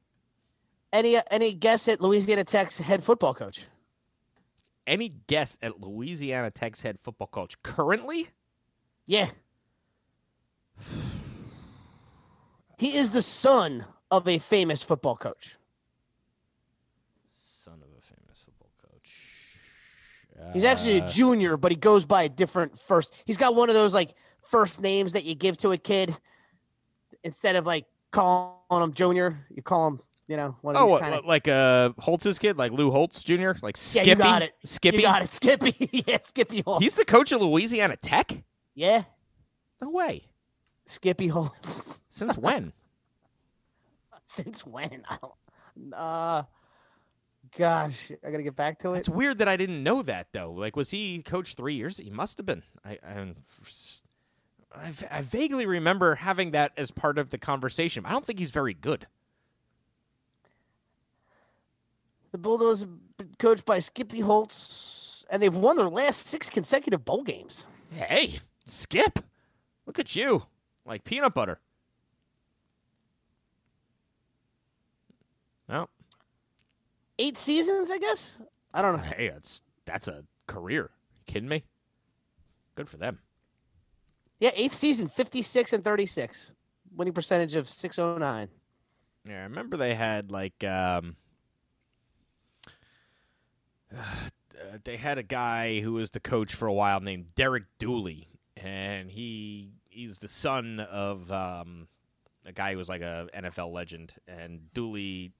Any uh, any guess at Louisiana Tech's head football coach?
Any guess at Louisiana Tech's head football coach currently?
Yeah. He is the son of a famous football coach.
Son of a famous football coach.
He's actually
Uh.
a junior, but he goes by a different first. He's got one of those like first names that you give to a kid instead of like calling him junior. You call him, you know, one of
Oh,
these
what,
kind of.
what, like uh, Holtz's kid, like Lou Holtz Jr., like
Yeah,
Skippy.
you got it.
Skippy.
You got it, Skippy. yeah, Skippy Holmes.
He's the coach of Louisiana Tech.
yeah,
No way.
Skippy Holmes.
Since when?
Since when? I don't. Uh, gosh, I gotta get back to it.
it's weird that I didn't know that though. Like, was he coach three years? He must have been. I I, I, v- I vaguely remember having that as part of the conversation. I don't think he's very good.
The Bulldogs have been coached by Skippy Holtz, and they've won their last six consecutive bowl games.
Hey, Skip, look at you, like peanut butter. No,
Eight seasons, I guess. I don't know.
hey, that's that's a career. kidding me? Good for them.
Yeah, eighth season, 56 and 36. Winning percentage of 609.
Yeah, I remember they had like um, uh, they had a guy who was the coach for a while named Derek Dooley, and he he's the son of um, a guy who was like a NFL legend, and Dooley,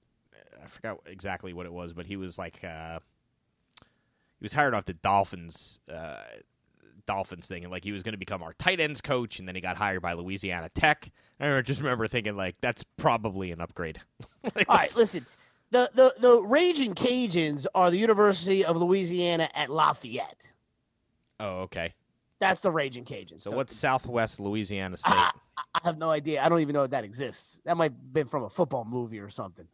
I forgot exactly what it was, but he was like uh, he was hired off the Dolphins. Uh, Dolphins thing, and like he was going to become our tight ends coach, and then he got hired by Louisiana Tech. And I just remember thinking, like, that's probably an upgrade. Like,
All right,
that's-
listen. The, the, the Raging Cajuns are the University of Louisiana at Lafayette.
Oh, okay.
That's the Raging Cajun.
So, what's Southwest Louisiana State?
I have no idea. I don't even know if that exists. That might have been from a football movie or something.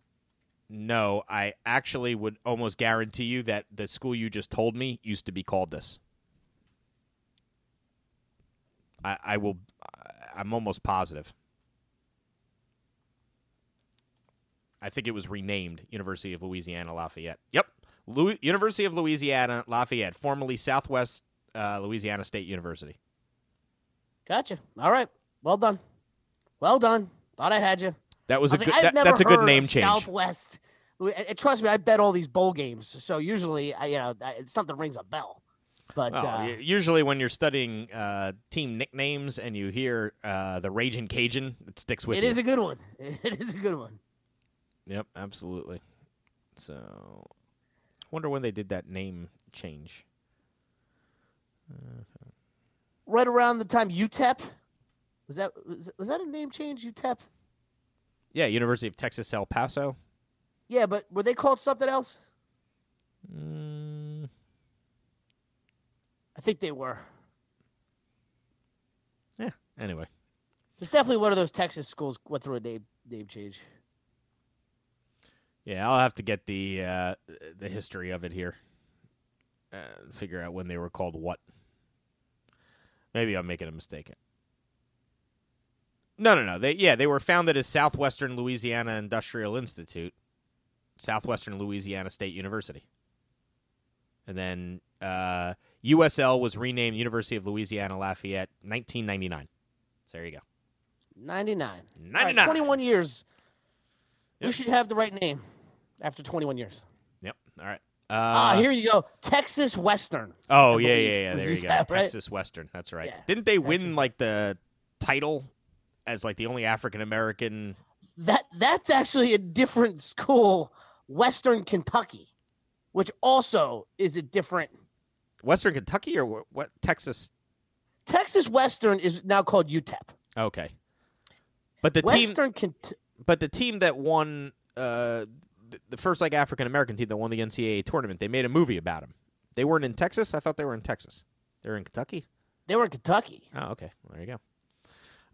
no, I actually would almost guarantee you that the school you just told me used to be called this. I, I will. I- I'm almost positive. I think it was renamed University of Louisiana Lafayette. Yep, Lou University of Louisiana Lafayette, formerly Southwest uh, Louisiana State University.
Gotcha. All right. Well done. Well done. Thought I had you.
That was,
I was
a
like,
good.
I've
that-
never
that's a
heard
good name
of
change.
Southwest. Lou- and- and Trust me, I bet all these bowl games. So usually, I, you know, I, something rings a bell. But
Well,
uh,
y- Oh, usually when you're studying uh, team nicknames and you hear uh, the Raging Cajun, it sticks with
it
you.
is a good one. It is a good one.
yep, absolutely. So, wonder when they did that name change.
Right around the time UTEP was that was, was that a name change? E UTEP.
Yeah, University of Texas El Paso.
Yeah, but were they called something else?
Mm,
I think they were.
yeah. Anyway,
There's definitely one of those Texas schools went through a name name change.
yeah, I'll have to get the uh, the history of it here. Uh, figure out when they were called what. Maybe I'm making a mistake. No, no, no. They yeah, they were founded as Southwestern Louisiana Industrial Institute, Southwestern Louisiana State University, and then uh, USL was renamed University of Louisiana Lafayette, 1999. So there you go.
99. All right,
99.
21 years. We
Yep.
should have the right name after 21 years.
Yep. All right. Uh,
Ah, here you go. Texas Western.
Oh
I
yeah,
believe
yeah, yeah.
was
There you
used
go.
that, right?
Texas Western. That's right.
Yeah,
Didn't they win
Texas
like the title as like the only African American?
That that's actually a different school, Western Kentucky, which also is a different
Western Kentucky or what? what Texas.
Texas Western is now called UTEP.
Okay. But the team,
Western Kentucky.
but the team that won, uh, th- the first like African American team that won the NCAA tournament, they made a movie about them. They weren't in Texas. I thought they were in Texas. They were in Kentucky.
They were in Kentucky.
Oh, okay. Well, there you go.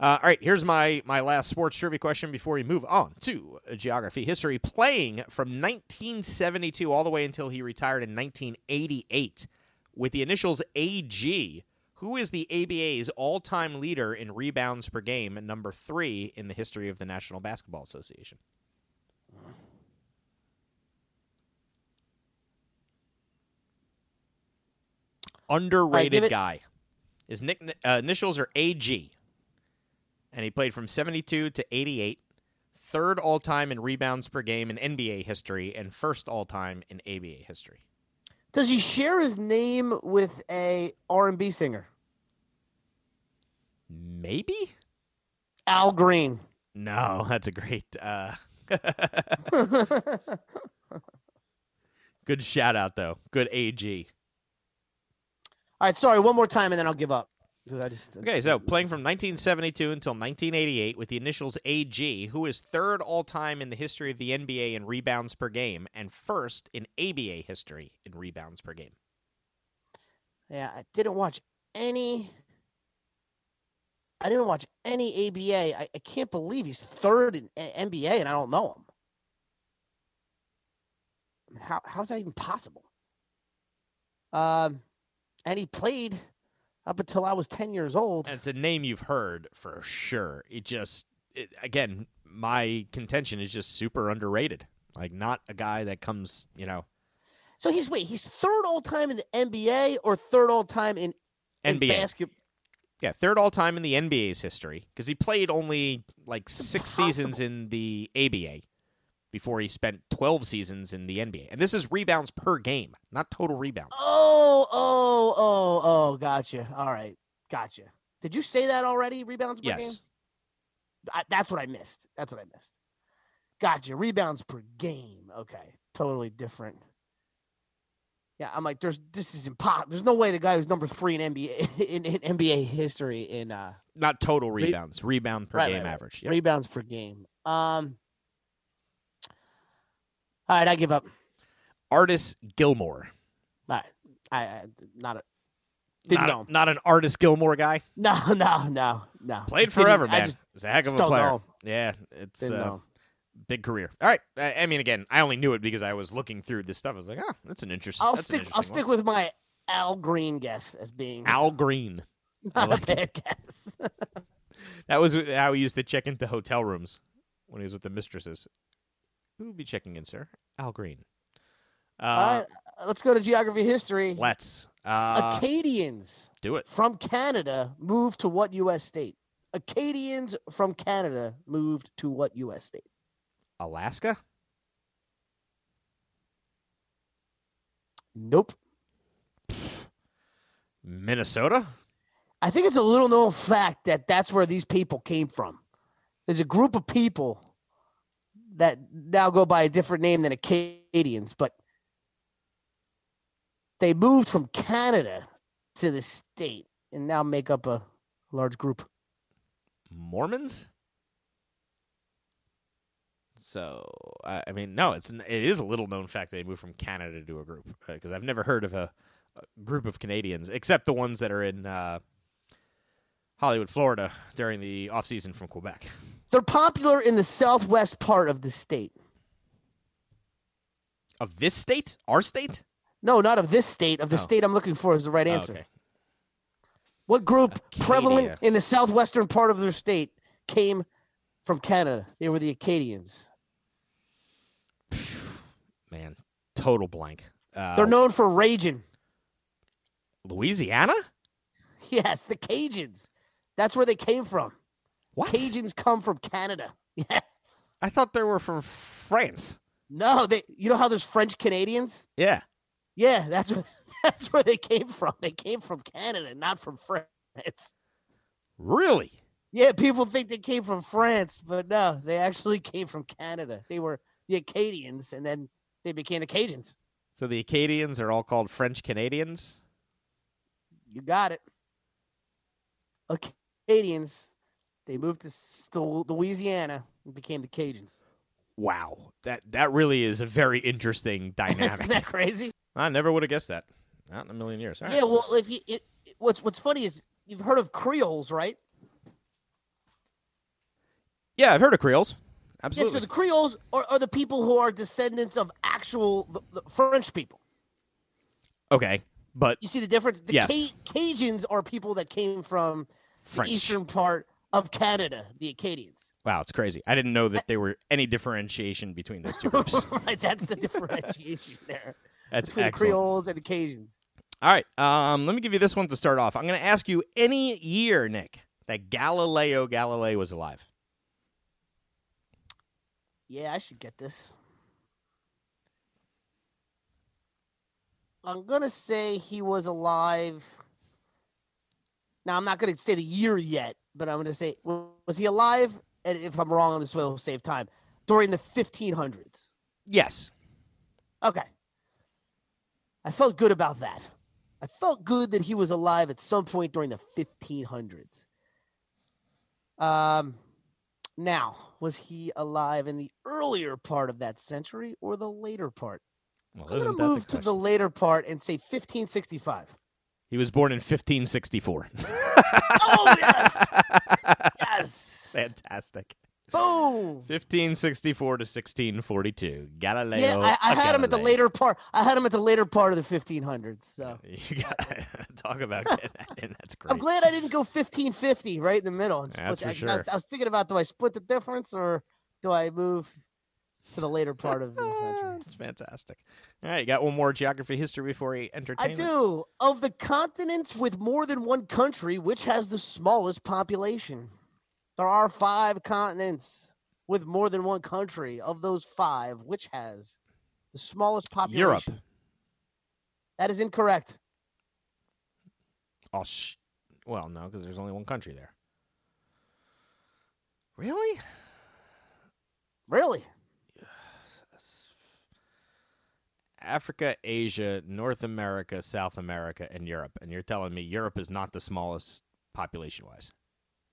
Uh, all right, here's my my last sports trivia question before we move on to uh, geography history. Playing from 1972 all the way until he retired in 1988 with the initials AG, who is the ABA's all-time leader in rebounds per game, and number three in the history of the National Basketball Association. Underrated
it-
guy. His nick, uh, initials are AG, and he played from 72 to 88, third all time in rebounds per game in NBA history, and first all time in ABA history.
Does he share his name with a R&B singer?
Maybe?
Al Green.
No, that's a great. Uh, good shout out, though. Good AG.
All right, sorry, one more time and then I'll give up. 'Cause I just
Okay, so playing from 1972 until 1988 with the initials AG, who is third all time in the history of the NBA in rebounds per game and first in ABA history in rebounds per game.
Yeah, I didn't watch any. I didn't watch any ABA. I, I can't believe he's third in A- NBA, and I don't know him. I mean, how how's that even possible? Um, and he played up until I was ten years old.
And it's a name you've heard for sure. It just, it, again, my contention is just super underrated. Like, not a guy that comes, you know,
So he's wait, he's third all time in the NBA or third all time in, in
NBA.
basketball.
Yeah, third all time in the NBA's history because he played only like six
impossible.
seasons in the ABA before he spent 12 seasons in the NBA. And this is rebounds per game, not total rebounds.
Oh, oh, oh, oh! Gotcha. All right, gotcha. Did you say that already? Rebounds Oh, per game.
yes.
I, that's what I missed. That's what I missed. Gotcha. Rebounds per game. Okay. Totally different. Yeah, I'm like, there's this is impossible. There's no way the guy who's number three in NBA in, in NBA history in uh,
Not total rebounds, rebound per
Right,
game
right, right.
average. Yep.
rebounds per game. Um. All right, I give up.
Artis Gilmore.
All right, I, I not a, Didn't
not,
know him.
not an artist Gilmore guy.
No, no, no, no.
Played
Just didn't-
forever,
I
man.
just
He's a heck of
just
a
don't
player.
know.
Yeah, it's
didn't
uh,
know.
big career. All right. I, I mean, again, I only knew it because I was looking through this stuff. I was like, oh, that's an interesting.
I'll
that's an
stick. I'll
interesting
stick
one."
with my Al Green guess as being
Al Green. I
not
like
a bad guess.
That was how he used to check into hotel rooms when he was with the mistresses. Who would be checking in, sir? Al Green. Uh,
All right, let's go to geography history.
Let's uh,
Acadians
do it.
from Canada moved to what U.S. state? Acadians from Canada moved to what U.S. state?
Alaska.
Nope.
Minnesota?
I think it's a little known fact that that's where these people came from. There's a group of people that now go by a different name than Acadians, but they moved from Canada to the state and now make up a large group.
Mormons? So, I I mean, no, it's n- it is a little known fact they moved from Canada to a group because I've never heard of a, a group of Canadians except the ones that are in uh, Hollywood, Florida during the off season from Quebec.
They're popular in the southwest part of the state.
Of this state, our state.
No, not of this state. Of the
Oh.
state I'm looking for is the right
Oh,
answer.
okay.
What group prevalent
Acadia.
in the southwestern part of their state came from Canada? They were the Acadians.
man, total blank. Uh,
They're known for raging.
Louisiana.
Yes, the Cajuns. That's where they came from.
What?
Cajuns come from Canada. Yeah.
I thought they were from France.
No, they you know how there's French Canadians?
Yeah.
Yeah, that's where, that's where they came from. They came from Canada, not from France.
Really?
Yeah, people think they came from France, but no, they actually came from Canada. They were the Acadians and then they became the Cajuns.
So the Acadians are all called French Canadians.
You got it. Acadians, they moved to s- to Louisiana and became the Cajuns.
Wow, that that really is a very interesting
Isn't
dynamic.
that crazy?
I never would have guessed that. Not in a million years. All right.
Yeah. Well, if you it, it- what's what's funny is you've heard of Creoles, right?
yeah, I've heard of Creoles.
Yeah. So
Absolutely.
the Creoles are, are the people who are descendants of actual the, the French people.
okay, but
You see the difference? The
Yes.
Ca- Cajuns are people that came from
French.
the eastern part of Canada, the Acadians.
Wow, it's crazy. I didn't know that there were any differentiation between those two groups.
right. That's the differentiation there
That's
between the
excellent.
Creoles and the Cajuns.
All right, um, let me give you this one to start off. I'm going to ask you any year, Nick, that Galileo Galilei was alive.
Yeah, I should get this. I'm gonna say he was alive. Now I'm not gonna say the year yet, but I'm gonna say wa- was he alive? And if I'm wrong on this, we'll save time. During the 1500s.
Yes.
Okay. I felt good about that. I felt good that he was alive at some point during the 1500s. Um, now, was he alive in the earlier part of that century or the later part?
Well,
I'm going
isn't
to
that
move to
question?
the later part and say 1565.
He was born in 1564.
oh, yes. Yes.
Fantastic.
Boom.
1564 to 1642. Galileo.
Yeah, I, I had him at the
Galilei.
later part. I had him at the later part of the 1500s. So.
You got talk about getting that in. That's great.
I'm glad I didn't go 1550 right in the middle. And split
That's
that,
for
'cause I, was, I was thinking about do I split the difference or do I move to the later part of the
Ah,
country?
It's fantastic. All right, you got one more geography history before we
I
entertain.
do. Of the continents with more than one country, which has the smallest population? There are five continents with more than one country. Of those five, which has the smallest population?
Europe,
That is incorrect.
Aus- well, no, because there's only one country there. Really?
Really?
Africa, Asia, North America, South America, and Europe. And you're telling me Europe is not the smallest population wise.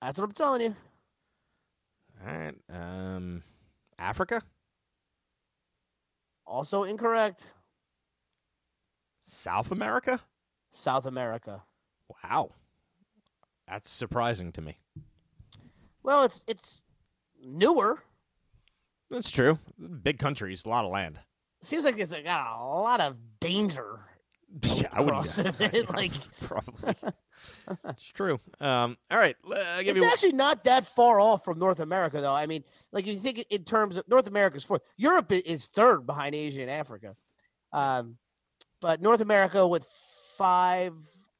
That's what I'm telling you.
All right. Um, Africa,
Also incorrect.
South America,
South America.
Wow. That's surprising to me.
Well, it's it's newer.
That's true. Big countries, a lot of land.
Seems like it's got a lot of danger.
Yeah, I wouldn't.
across it, like
Probably. it's true. Um, all right. l- uh, give
it's
me one-
actually not that far off from North America, though. I mean, like if you think in terms of North America's fourth, Europe i- is third behind Asia and Africa, um, but North America with five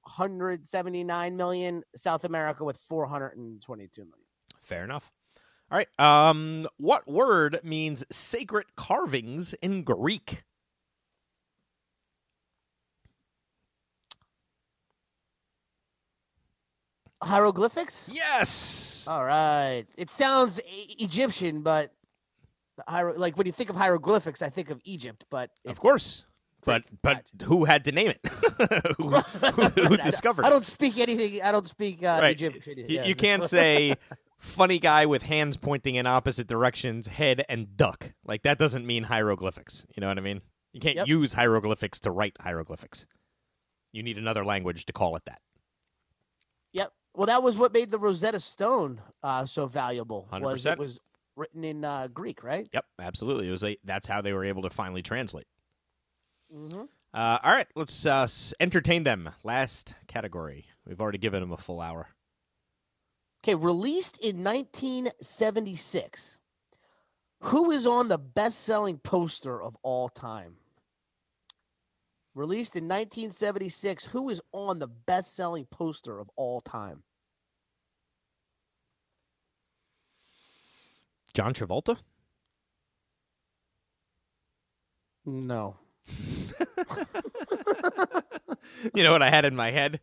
hundred seventy nine million, South America with four hundred and twenty two million.
Fair enough. All right. Um, what word means sacred carvings in Greek?
Hieroglyphics.
Yes.
All right, it sounds E- Egyptian, but hiero- like when you think of hieroglyphics, I think of Egypt, but
of
it's-
course. But but who had to name it? who who
I don't-
discovered?
I
it?
don't speak anything. I don't speak uh,
Right.
Egyptian.
You,
yeah,
you
so-
can't say funny guy with hands pointing in opposite directions, head and duck. Like that doesn't mean hieroglyphics. You know what I mean? You can't
Yep.
use hieroglyphics to write hieroglyphics. You need another language to call it that.
Yep. Well, that was what made the Rosetta Stone uh, so valuable. Was
100%.
it was written in uh, Greek, right?
Yep, absolutely. It was like that's how they were able to finally translate.
Mm-hmm.
Uh, all right, let's uh, s- entertain them. Last category. We've already given them a full hour.
Okay, released in 1976. Who is on the best-selling poster of all time? Released in 1976, who is on the best-selling poster of all time?
John Travolta.
No.
you know what I had in my head?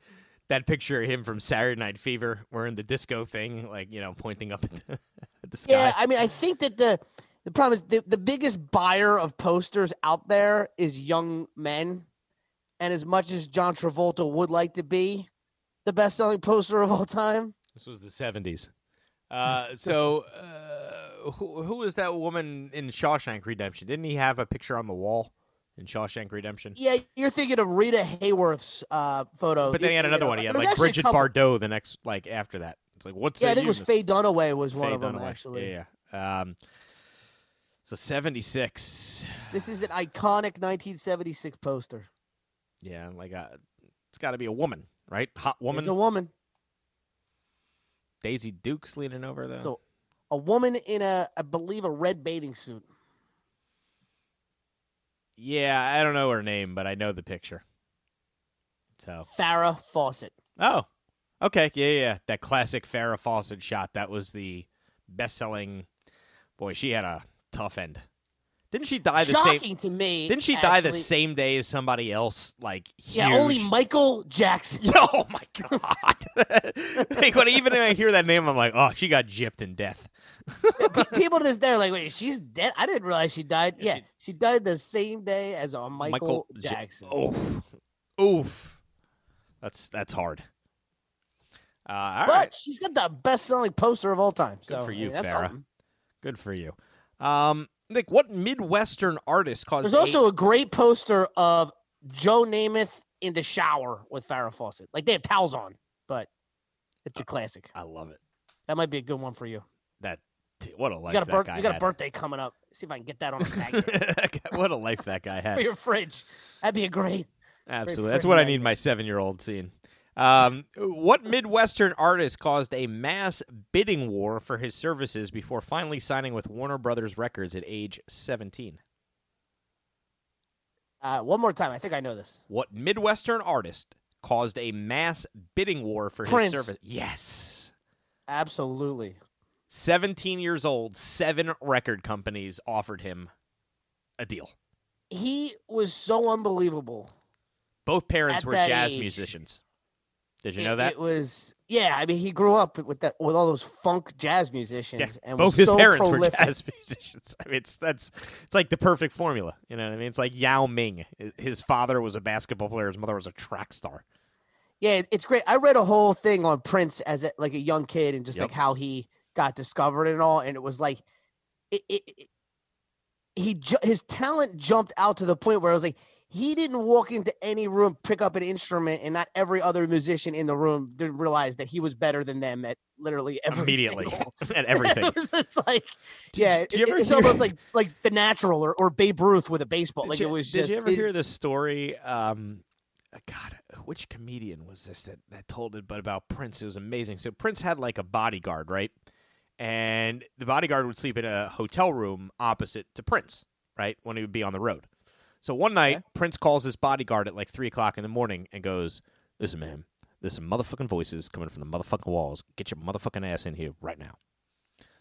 That picture of him from Saturday Night Fever wearing the disco thing, like, you know, pointing up at the, at the sky.
Yeah, I mean, I think that the the problem is the, the biggest buyer of posters out there is young men, and as much as John Travolta would like to be the best selling poster of all time,
This was the 70s. Uh, so, uh, who, who was that woman in Shawshank Redemption? Didn't he have a picture on the wall in Shawshank Redemption?
yeah, you're thinking of Rita Hayworth's uh, photo.
But then he had
you
another
know,
one. He had
there was
like
actually a
Bridget
couple-
Bardot the next, like, after that. It's like, what's
Yeah, I
the
think it was
use?
Faye Dunaway was one
Faye
of them
Dunaway.
actually.
Yeah, yeah. Um, so 76.
This is an iconic 1976 poster.
Yeah, like, a, it's got to be a woman, right? Hot woman.
It's a woman.
Daisy Duke's leaning over though.
So- A woman in a, I believe, a red bathing suit.
yeah, I don't know her name, but I know the picture. So
Farrah Fawcett.
oh, okay, yeah, yeah, yeah. that classic Farrah Fawcett shot. That was the best-selling. Boy, she had a tough end. Didn't she die the
Shocking
same?
to me.
Didn't she die the
actually.
same day as somebody else? Like huge.
Yeah, only Michael Jackson.
Oh my god! like when even when I hear that name, I'm like, oh, she got gypped in death.
Pe- People to this day are like, wait, she's dead. I didn't realize she died. Yeah, she died the same day as a Michael,
Ja- Oh,
Jackson.
Oof. Oof. That's that's hard. Uh, all
but
right.
she's got the best-selling poster of all time. So
for
I
you,
mean, that's
Farrah.
something.
Good for you. Um, Nick, what Midwestern artist caused
There's
a-
also a great poster of Joe Namath in the shower with Farrah Fawcett. Like they have towels on, but it's a
Uh,
classic.
I love it.
That might be a good one for you.
That what a life
You got a
that
birth-
guy
you got a
had.
birthday coming up. See if I can get that on a magnet
what a life that guy
for
had.
your fridge. That'd be a great.
Absolutely.
friggin'
That's what I need
magnet.
my 7-year-old seeing. Um, what Midwestern artist caused a mass bidding war for his services before finally signing with Warner Brothers Records at age 17?
Uh, one more time. I think I know this.
What Midwestern artist caused a mass bidding war for
Prince.
his service? Yes.
Absolutely.
17 years old, seven record companies offered him a deal.
he was so unbelievable.
Both parents
At
were
that
jazz
age.
musicians. Did you
it,
know that?
it was yeah. I mean, he grew up with that with all those funk jazz musicians,
Yeah,
and
Both
was
his
so
parents
prolific.
were jazz musicians. I mean, it's that's it's like the perfect formula. You know what I mean? It's like Yao Ming. H- His father was a basketball player. His mother was a track star.
Yeah, it- it's great. I read a whole thing on Prince as a, like a young kid and just
Yep.
like how he got discovered and all, and it was like it. it, it he ju- his talent jumped out to the point where it was like he didn't walk into any room, pick up an instrument, and not every other musician in the room didn't realize that he was better than them at literally every
immediately
single-
and everything.
it was just like, yeah,
did you
it-
ever
it's
hear-
almost like like the natural or, or Babe Ruth with a baseball.
Did
Like
you-
it was
Did
just.
you ever hear
his-
the story? Um, uh, God, which comedian was this that, that told it? But about Prince, it was amazing. So Prince had like a bodyguard, right? And the bodyguard would sleep in a hotel room opposite to Prince, right? When he would be on the road. So one night, Prince calls his bodyguard at like three o'clock in the morning and goes, "Listen, man, there's some motherfucking voices coming from the motherfucking walls. Get your motherfucking ass in here right now."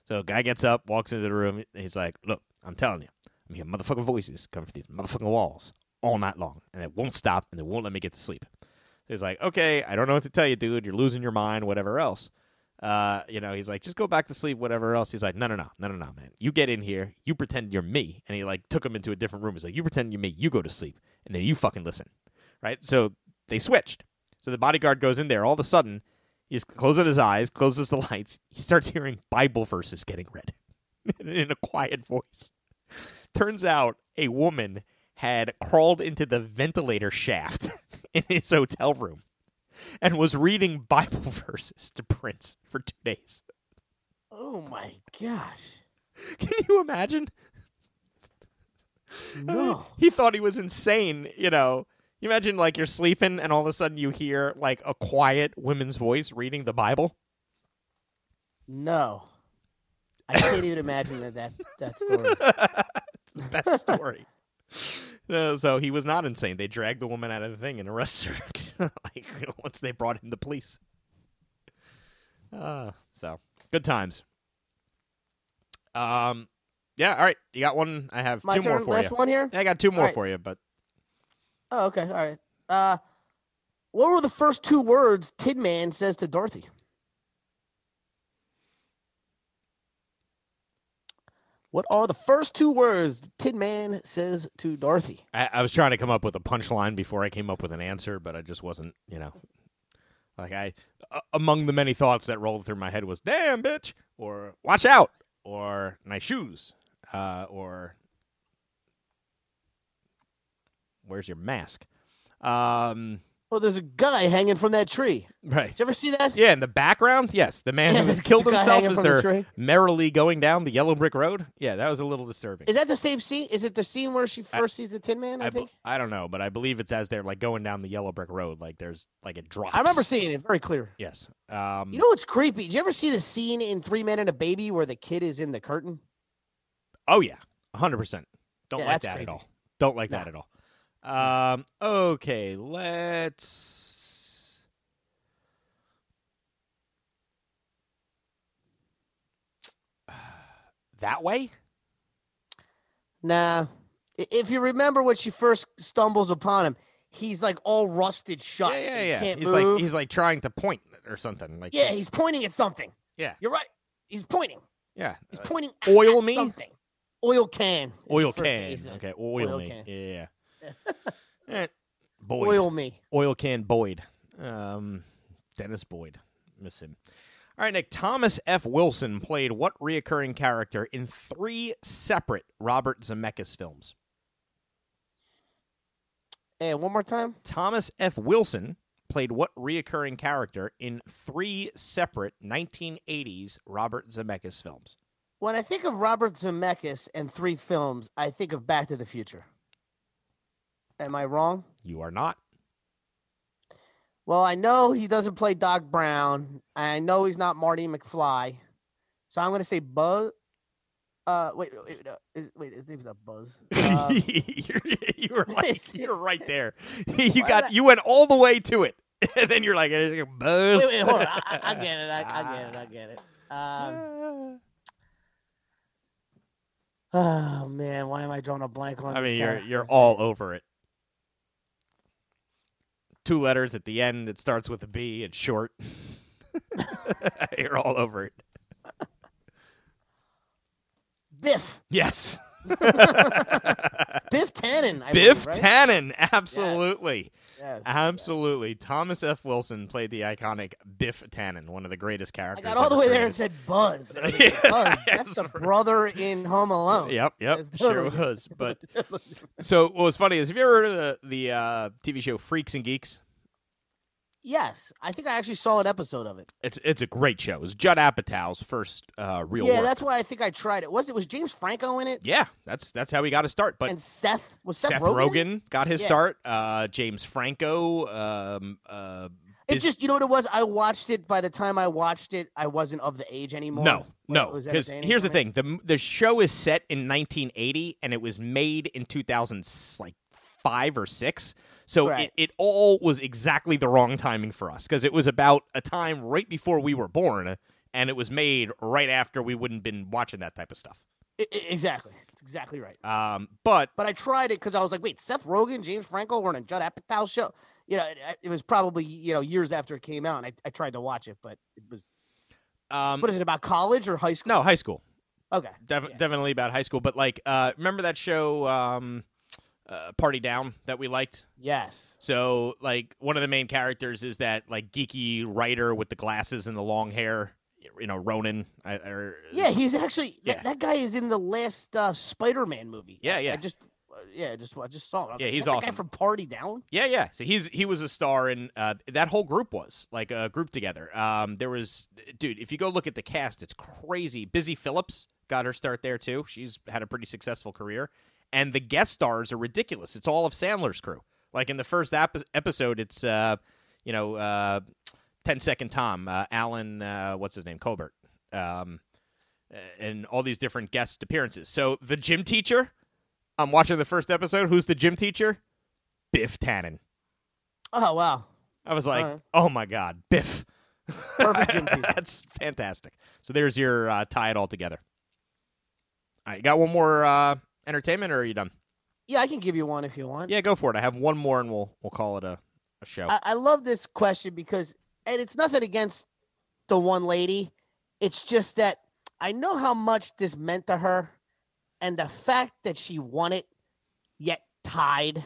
So guy gets up, walks into the room. and He's like, "Look, I'm telling you, I'm hearing motherfucking voices coming from these motherfucking walls all night long, and it won't stop, and it won't let me get to sleep." So he's like, "Okay, I don't know what to tell you, dude. You're losing your mind, whatever else." Uh, you know, he's like, "Just go back to sleep, whatever else." He's like, "No, no, no, no, no, no, man. You get in here. You pretend you're me." And he like took him into a different room. He's like, "You pretend you're me. You go to sleep, and then you fucking listen." Right? So they switched. So the bodyguard goes in there. All of a sudden, he's closing his eyes, closes the lights. He starts hearing Bible verses getting read in a quiet voice. Turns out a woman had crawled into the ventilator shaft in his hotel room and was reading Bible verses to Prince for two days.
Oh my gosh!
Can you imagine? I mean,
No.
He thought he was insane, you know. You imagine like you're sleeping and all of a sudden you hear like a quiet woman's voice reading the Bible.
No. I can't even imagine that that, that story.
it's the best story. Uh, so he was not insane. They dragged the woman out of the thing and arrested her. like once they brought in the police. Uh, so good times. Um, yeah. All right, you got one. I have
My
two
turn,
more for
last
you.
one here.
I got two more
right.
for you, but
Oh, okay, all right. Uh, what were the first two words Tin Man says to Dorothy? What are the first two words Tin Man says to Dorothy?
I, I was trying to come up with a punchline before I came up with an answer, but I just wasn't, you know. Like I, a- among the many thoughts that rolled through my head was "damn bitch" or "watch out" or "nice shoes" uh, or "where's your mask?" Um,
Well, Oh, there's a guy hanging from that tree.
right.
Did you ever see that?
Yeah, in the background, yes, the man
Yeah,
who
the-
has killed
the guy
himself
hanging
as
from the
they're
tree.
merrily going down the yellow brick road. Yeah, that was a little disturbing.
Is that the same scene? Is it the scene where she
I-
first sees the Tin Man? I,
I, be-
think
I don't know, but I believe it's as they're like going down the yellow brick road. Like there's like it drops.
I remember seeing it very clear.
Yes. Um,
You know what's creepy? Did you ever see the scene in Three Men and a Baby where the kid is in the curtain?
oh yeah, hundred percent. Don't
Yeah,
like
that's
that at
creepy.
all. Don't like
No. Mm.
that at all. Um, okay, let's. That way?
Nah. I- If you remember when she first stumbles upon him, he's like all rusted shut.
yeah, yeah,
and
yeah.
Uh, Can't
he's
move.
like he's like trying to point or something. Like
yeah, he's pointing at something.
Yeah.
You're right. He's pointing.
yeah.
He's
Uh,
pointing at
oil me?
something. Oil can. is the
oil
first thing
can.
he says.
Okay, oil,
Oil
me.
can.
Yeah. yeah, yeah. Eh, Boyd.
Oil me.
oil can Boyd. Um, Dennis Boyd. Miss him. All right, Nick. Thomas F. Wilson played what reoccurring character in three separate Robert Zemeckis films?
And one more time.
Thomas F. Wilson played what reoccurring character in three separate 1980s Robert Zemeckis films?
When I think of Robert Zemeckis and three films, I think of Back to the Future. Am I wrong?
You are not.
Well, I know he doesn't play Doc Brown. and I know he's not Marty McFly. So I'm going to say Buzz. Uh, wait, wait, no, is, wait, his name's not Buzz. Uh,
you're, you're like you're right there. you
Why
got
did I-
you went all the way to it, and then you're like, buzz.
wait, wait, hold on. I, I- I get it. I, I get it. I get it. Um, oh man, why am I drawing a blank on?
I
this
mean, you're
character?
you're all over it. Two letters at the end. It starts with a B. It's short. you're all over it.
Biff.
Yes,
Biff Tannen. I
Biff
believe, right?
Tannen. Absolutely.
Yeah. Yes.
Absolutely. Thomas F. Wilson played the iconic Biff Tannen, one of the greatest
I
characters.
got all the
ever
way there and
created.
said Buzz. I was
Yeah,
like, Buzz. That's
that's
the
right.
brother in Home Alone.
Yep, yep,
That's
sure
totally-
was. But so what was funny is have you ever heard of the the uh, TV show Freaks and Geeks?
Yes, I think I actually saw an episode of it.
It's it's a great show. It was Judd Apatow's first uh, real
yeah,
work.
that's why I think I tried it. Was it was James Franco in it?
yeah, that's that's how he got his start. But
and Seth was Seth,
Seth
Rogen. in it?
Rogen got his
Yeah.
start. Uh, James Franco. Um, uh,
It's
is-
just you know what it was. I watched it. By the time I watched it, I wasn't of the age anymore.
no,
where it
no.
was
Because
entertaining
here's the
for me.
thing: the the show is set in 1980, and it was made in 2000, like five or six. So
Right.
it, it all was exactly the wrong timing for us because it was about a time right before we were born, and it was made right after we wouldn't been watching that type of stuff.
I- I- E, exactly. It's exactly right.
Um, but
But I tried it because I was like, wait, Seth Rogen, James Franco were in a Judd Apatow show. You know, it, it was probably you know years after it came out, and I, I tried to watch it, but it was
um,
what is it about college or high school?
no, high school.
Okay,
Def-
Yeah.
Definitely about high school, but like, uh, remember that show, um, uh, Party Down, that we liked?
yes,
So, like, one of the main characters is that like geeky writer with the glasses and the long hair, you know, Ronan. I, or,
yeah, he's actually that,
Uh, Yeah.
that guy is in the last uh, Spider-Man movie.
Yeah,
I-
yeah.
I just uh, yeah, I just I just saw it. I was
Yeah,
like, is
he's
that the
awesome.
guy from Party Down.
yeah, yeah. So he's he was a star, and uh, that whole group was like a group together. Um, there was, dude, if you go look at the cast, it's crazy. Busy Phillips got her start there too. She's had a pretty successful career, and the guest stars are ridiculous. It's all of Sandler's crew. Like in the first ap- episode, it's uh, you know, uh, 10 Second Tom, uh, Alan, uh, what's his name, Colbert, um, uh, and all these different guest appearances. So the gym teacher, I'm watching the first episode. Who's the gym teacher? Biff Tannen.
Oh wow,
I was like,
All right.
oh my God, Biff.
Uh-huh. perfect Jim Peter.
That's fantastic. So there's your uh, tie it all together. All right, you got one more uh, entertainment, or are you done?
Yeah, I can give you one if you want.
Yeah, go for it. I have one more, and we'll we'll call it a, a show.
I, I love this question because, and it's nothing against the one lady. It's just that I know how much this meant to her and the fact that she won it, yet tied.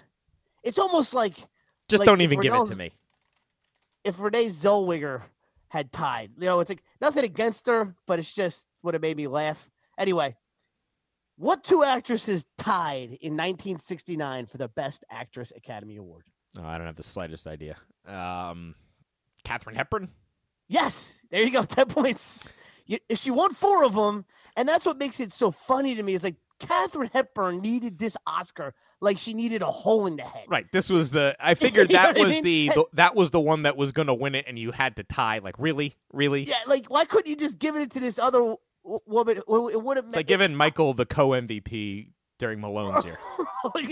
It's almost like
Just
like,
don't
if
even give it
Ronaldo's-
to me.
if Renee Zellweger had tied. You know, it's like nothing against her, but it's just what it made me laugh. Anyway, what two actresses tied in 1969 for the Best Actress Academy Award?
Oh, I don't have the slightest idea. Um, Catherine Hepburn.
Yes, there you go. Ten points. You, if she won four of them, and that's what makes it so funny to me is like Catherine Hepburn needed this Oscar like she needed a hole in the head.
Right. This was the. I
figured
figured
You know that
that
what I
was
was mean?
the,
the- the-
that was the one that was going to win it, and you had to tie. Like really, really.
Yeah, like why couldn't you just give it to this other w- woman? who- It would have
It's like giving Michael the co MVP during Malone's year.
e-,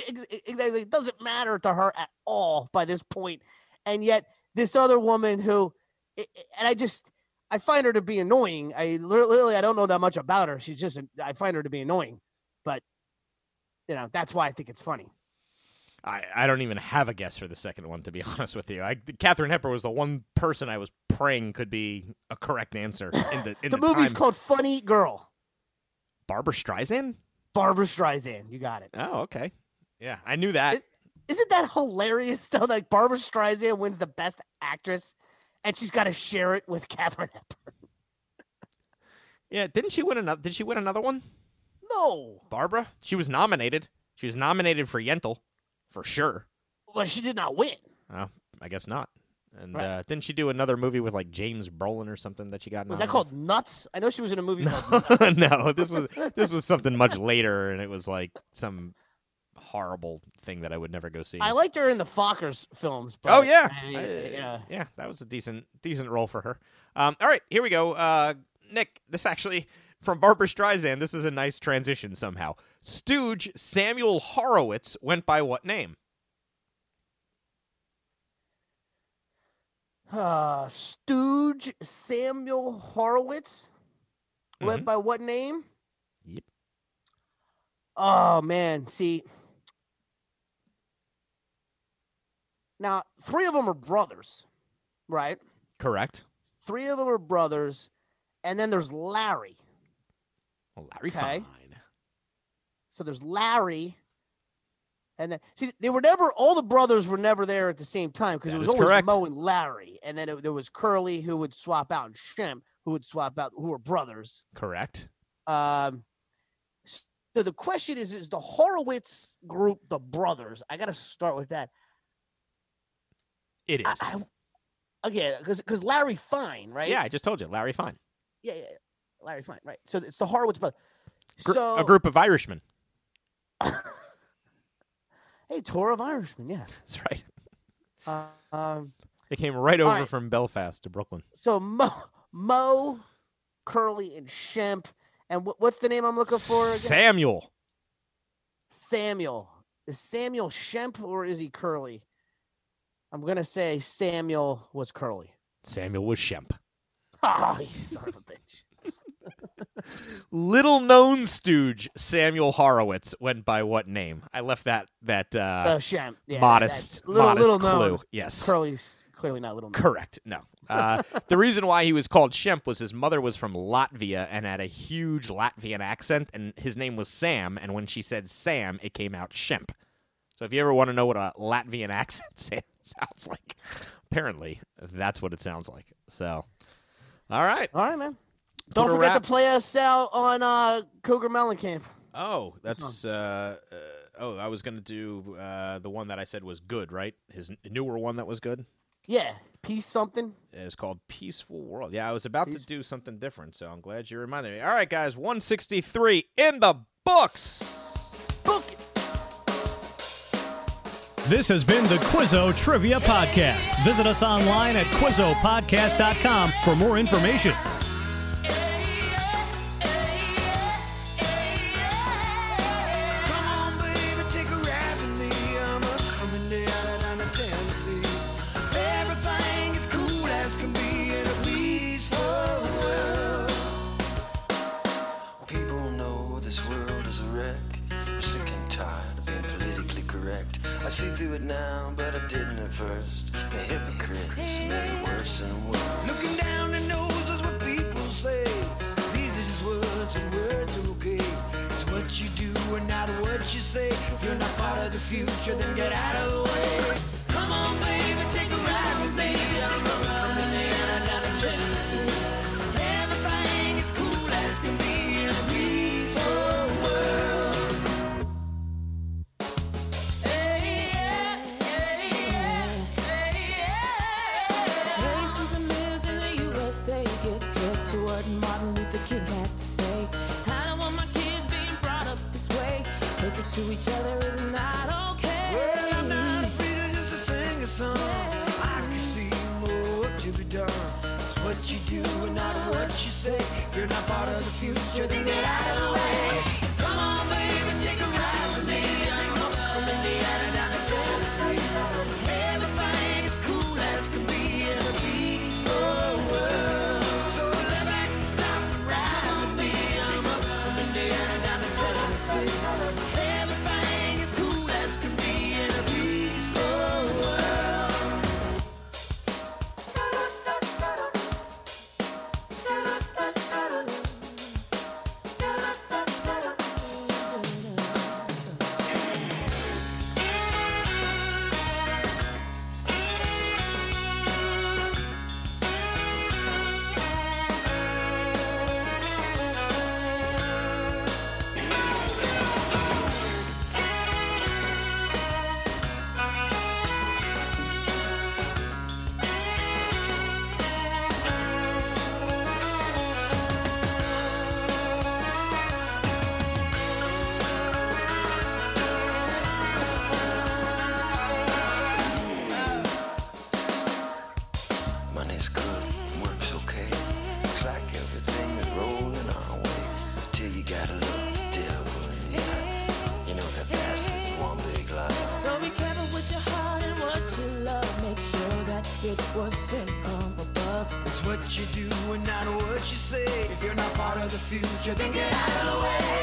exactly. It doesn't matter to her at all by this point, and yet this other woman who, i- i- and I just I find her to be annoying. I lit- literally I don't know that much about her. She's just I find her to be annoying, but you know that's why I think it's funny.
I, I don't even have a guess for the second one, to be honest with you. I, Catherine Hepper was the one person I was praying could be a correct answer in the in
the,
the,
movie's
time.
called Funny Girl.
Barbara Streisand.
Barbara Streisand. You got it.
Oh, okay. Yeah, I knew that.
It- Isn't that hilarious though? Like Barbara Streisand wins the Best Actress, and she's got to share it with Catherine Hepburn.
yeah, didn't she win another? Did she win another one?
No,
Barbara. She was nominated. She was nominated for Yentl, for sure.
well she did not win.
Oh, I guess not. And
Right.
uh, didn't she do another movie with like James Brolin or something that she got?
Was that
nominated
called Nuts? I know she was in a movie called
no, this was this was something much later, and it was like some horrible thing that I would never go see.
I liked her in the Fockers films. But
oh yeah,
I-
I-
yeah.
yeah, that was a decent decent role for her. Um, all right, here we go. Uh, Nick, this actually from Barbara Streisand. This is a nice transition somehow. Stooge Samuel Horowitz went by what name?
Uh, Stooge Samuel Horowitz went by what name?
Mm-hmm. Yep.
Oh man, see. Now, three of them are brothers, right?
Correct.
Three of them are brothers, and then there's Larry.
Well, Larry
Okay.
Fine.
So there's Larry, And then see, they were never all the brothers were never there at the same time because
That
it was
is
always
correct.
Mo and Larry, and then it, there was Curly who would swap out and Shem who would swap out who were brothers.
Correct.
Um, s- so the question is: Is the Horowitz group the brothers? I got to start with that.
It is.
I, I, okay, because because Larry Fine, right?
Yeah, I just told you, Larry Fine.
yeah, yeah, yeah, Larry Fine, right? So it's the Horowitz brother.
Gr-
so
a group of Irishmen.
hey, tour of Irishman, yes.
That's right.
Uh, um,
They came right over
right.
from Belfast to Brooklyn.
so Mo, Mo, Curly, and Shemp, and wh- what's the name I'm looking for? Again?
Samuel.
Samuel. Is Samuel Shemp or is he Curly? I'm gonna say Samuel was Curly.
Samuel was Shemp.
Oh, you son of a bitch.
Little known stooge Samuel Horowitz went by what name? I left that that
Oh,
uh,
Shemp. Yeah, that-
modest,
that little,
modest
little
clue.
known.
Yes.
Curly's clearly not little known.
Correct. No. Uh, the reason why he was called Shemp was his mother was from Latvia and had a huge Latvian accent, and his name was Sam. And when she said Sam, it came out Shemp. So if you ever want to know what a Latvian accent sa- sounds like, apparently that's what it sounds like. So, all right.
All right, man. Don't
a
forget
wrap.
to play us out on uh, Cougar Mellencamp.
Oh, that's. Uh, uh, oh, I was gonna do uh, the one that I said was good, right? His n- newer one that was good.
Yeah, peace something.
is uh, called Peaceful World. Yeah, I was about
Peace-
to do something different, so I'm glad you reminded me. All right, guys, 163 in the books.
Book it.
This has been the Quizzo Trivia Podcast. Visit us online at QuizzoPodcast.com for more information.
Come on, baby, take a ride with me. I'm a coming down out of Tennessee. Everything is cool as can be in a peaceful world. People know this world is a wreck. I'm sick and tired of being politically correct. I see through it now, but I didn't at first. The hypocrites made it worse and worse. Looking down the nose is what people say. These are just words and words, okay. It's what you do and not what you say. If you're not part of the future, then get out of the way. Come on, baby, take a ride with me. I'm a running in out of Tennessee. Everything is cool as can be in a peaceful world.
Races and lives in the USA get hit to what Martin Luther King had to say. I don't want my kids being brought up this way. Hatred to each other is not okay.
Well, I'm not afraid of just to sing a song. I can see more to be done. It's what you do and not what you say. If you're not part of the future, then get out of the way. Come on, baby, take a ride with me. I'm up from Indiana down to Tennessee. Everything is cool as can be in a peaceful world. So let back the top and ride with me. I'm up from Indiana down to Tennessee. Everything is cool as can be in a peaceful world. Money's good, work's okay. Looks like everything is rolling our way. Till you gotta love the devil in the eye. You know that bastard's one big lie.
So be careful with your heart and what you love. Make sure that it was sent from above.
It's what you do and not what you say. If you're not part of the future, then get out of the way.